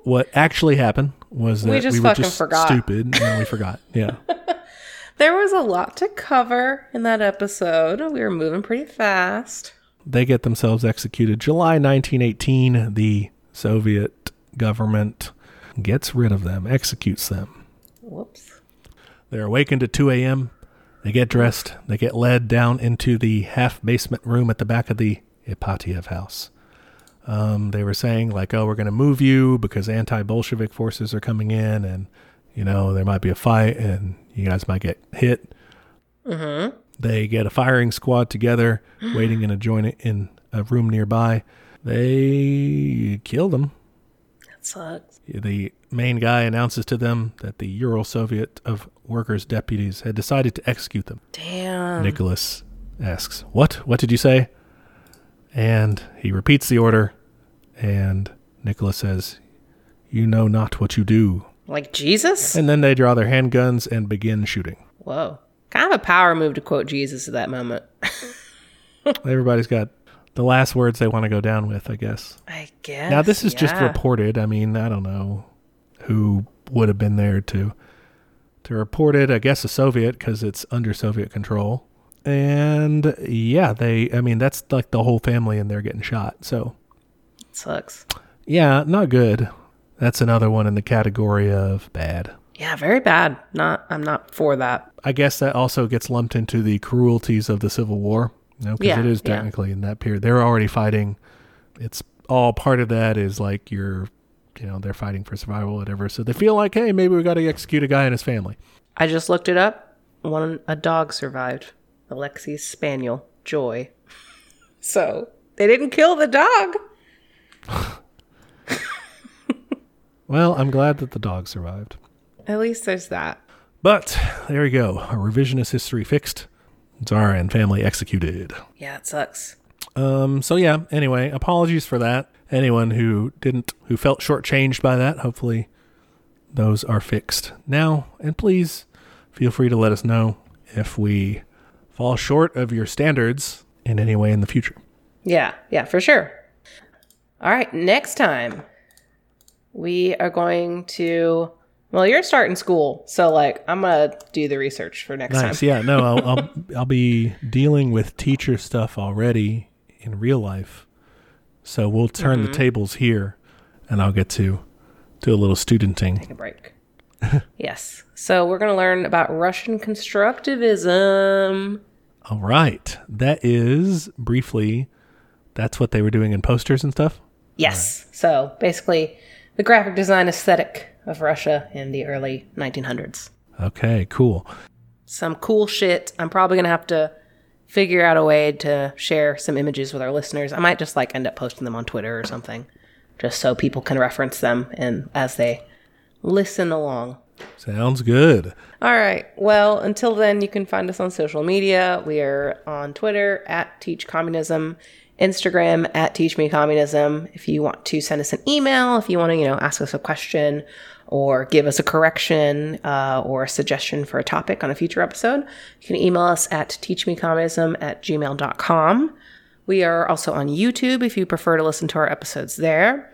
[SPEAKER 2] what actually happened was that we,
[SPEAKER 1] just
[SPEAKER 2] were
[SPEAKER 1] fucking
[SPEAKER 2] just
[SPEAKER 1] forgot.
[SPEAKER 2] stupid and we forgot.
[SPEAKER 1] <laughs>
[SPEAKER 2] Yeah,
[SPEAKER 1] There was a lot to cover in that episode. We were moving pretty fast.
[SPEAKER 2] they get themselves executed. July 1918, the Soviet government gets rid of them, executes them.
[SPEAKER 1] Whoops.
[SPEAKER 2] They're awakened at 2 a.m. They get dressed. They get led down into the half basement room at the back of the Ipatiev house. Um, they were saying, like, oh, we're going to move you because anti Bolshevik forces are coming in and, you know, there might be a fight and you guys might get hit. They get a firing squad together, waiting in a joint in a room nearby. They kill them
[SPEAKER 1] That sucks.
[SPEAKER 2] the main guy announces to them that the Ural Soviet of Workers' Deputies had decided to execute them.
[SPEAKER 1] Damn.
[SPEAKER 2] Nicholas asks, What? What did you say? And he repeats the order, and Nicholas says, You know not what you do.
[SPEAKER 1] Like Jesus?
[SPEAKER 2] And then they draw their handguns and begin shooting.
[SPEAKER 1] Whoa. Kind of a power move to quote Jesus at that moment. <laughs>
[SPEAKER 2] Everybody's got the last words they want to go down with, I guess.
[SPEAKER 1] I guess.
[SPEAKER 2] Now, this is just
[SPEAKER 1] yeah.
[SPEAKER 2] reported. I mean, I don't know who would have been there to to report it. I guess a Soviet because it's under Soviet control. And yeah, they. I mean, that's like the whole family in there getting shot. So
[SPEAKER 1] Sucks.
[SPEAKER 2] yeah, not good. That's another one in the category of bad.
[SPEAKER 1] Yeah, very bad. Not I'm not for that.
[SPEAKER 2] I guess that also gets lumped into the cruelties of the Civil War. No, because
[SPEAKER 1] Yeah,
[SPEAKER 2] it is
[SPEAKER 1] yeah.
[SPEAKER 2] technically in that period. They're already fighting. It's all part of that is like you're, you know, they're fighting for survival, whatever. So they feel like, hey, maybe we got to execute a guy and his family.
[SPEAKER 1] I just looked it up. One a dog survived. Alexi's spaniel, Joy. <laughs> So they didn't kill the dog.
[SPEAKER 2] Well, I'm glad that the dog survived.
[SPEAKER 1] At least there's that.
[SPEAKER 2] But there you go. Our revisionist history fixed. Zara and family executed.
[SPEAKER 1] Yeah, it sucks.
[SPEAKER 2] Um, so yeah, anyway, apologies for that. Anyone who didn't who felt shortchanged by that, hopefully those are fixed now. And please feel free to let us know if we fall short of your standards in any way in the future.
[SPEAKER 1] Yeah, yeah, for sure. All right, next time we are going to. Well, you're starting school, so like I'm gonna do the research for next
[SPEAKER 2] Nice.
[SPEAKER 1] time.
[SPEAKER 2] Yeah, no, I'll, I'll I'll be dealing with teacher stuff already in real life. So we'll turn the tables here and I'll get to do a little studenting.
[SPEAKER 1] Take a break. <laughs> yes. So we're gonna learn about Russian constructivism.
[SPEAKER 2] All right. That is briefly that's what they were doing in posters and stuff.
[SPEAKER 1] Yes. So basically, the graphic design aesthetic of Russia in the early 1900s.
[SPEAKER 2] Okay, cool.
[SPEAKER 1] Some cool shit. I'm probably going to have to figure out a way to share some images with our listeners. I might just like end up posting them on Twitter or something just so people can reference them and as they listen along.
[SPEAKER 2] Sounds good.
[SPEAKER 1] All right. Well, until then, you can find us on social media. We are on Twitter at Teach Communism, Instagram at Teach Me Communism. If you want to send us an email, if you want to, you know, ask us a question or give us a correction uh, or a suggestion for a topic on a future episode, you can email us at teachmecommunism at gmail.com. We are also on YouTube if you prefer to listen to our episodes there.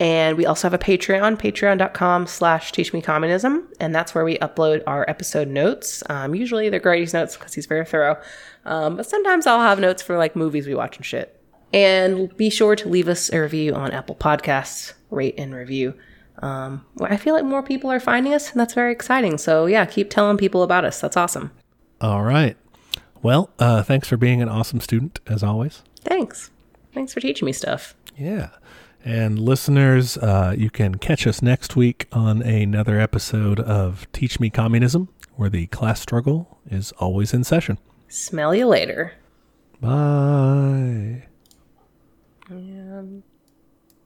[SPEAKER 1] And we also have a Patreon, patreon.com slash teach me communism. And that's where we upload our episode notes. Um, usually they're Grady's notes because he's very thorough. Um, but sometimes I'll have notes for like movies we watch and shit. And be sure to leave us a review on Apple Podcasts, rate and review. Um, well, I feel like more people are finding us, and that's very exciting. So, yeah, keep telling people about us. That's awesome.
[SPEAKER 2] All right. Well, uh, thanks for being an awesome student as always.
[SPEAKER 1] Thanks. Thanks for teaching me stuff.
[SPEAKER 2] Yeah. And listeners, uh, you can catch us next week on another episode of Teach Me Communism, where the class struggle is always in session.
[SPEAKER 1] Smell you later.
[SPEAKER 2] Bye.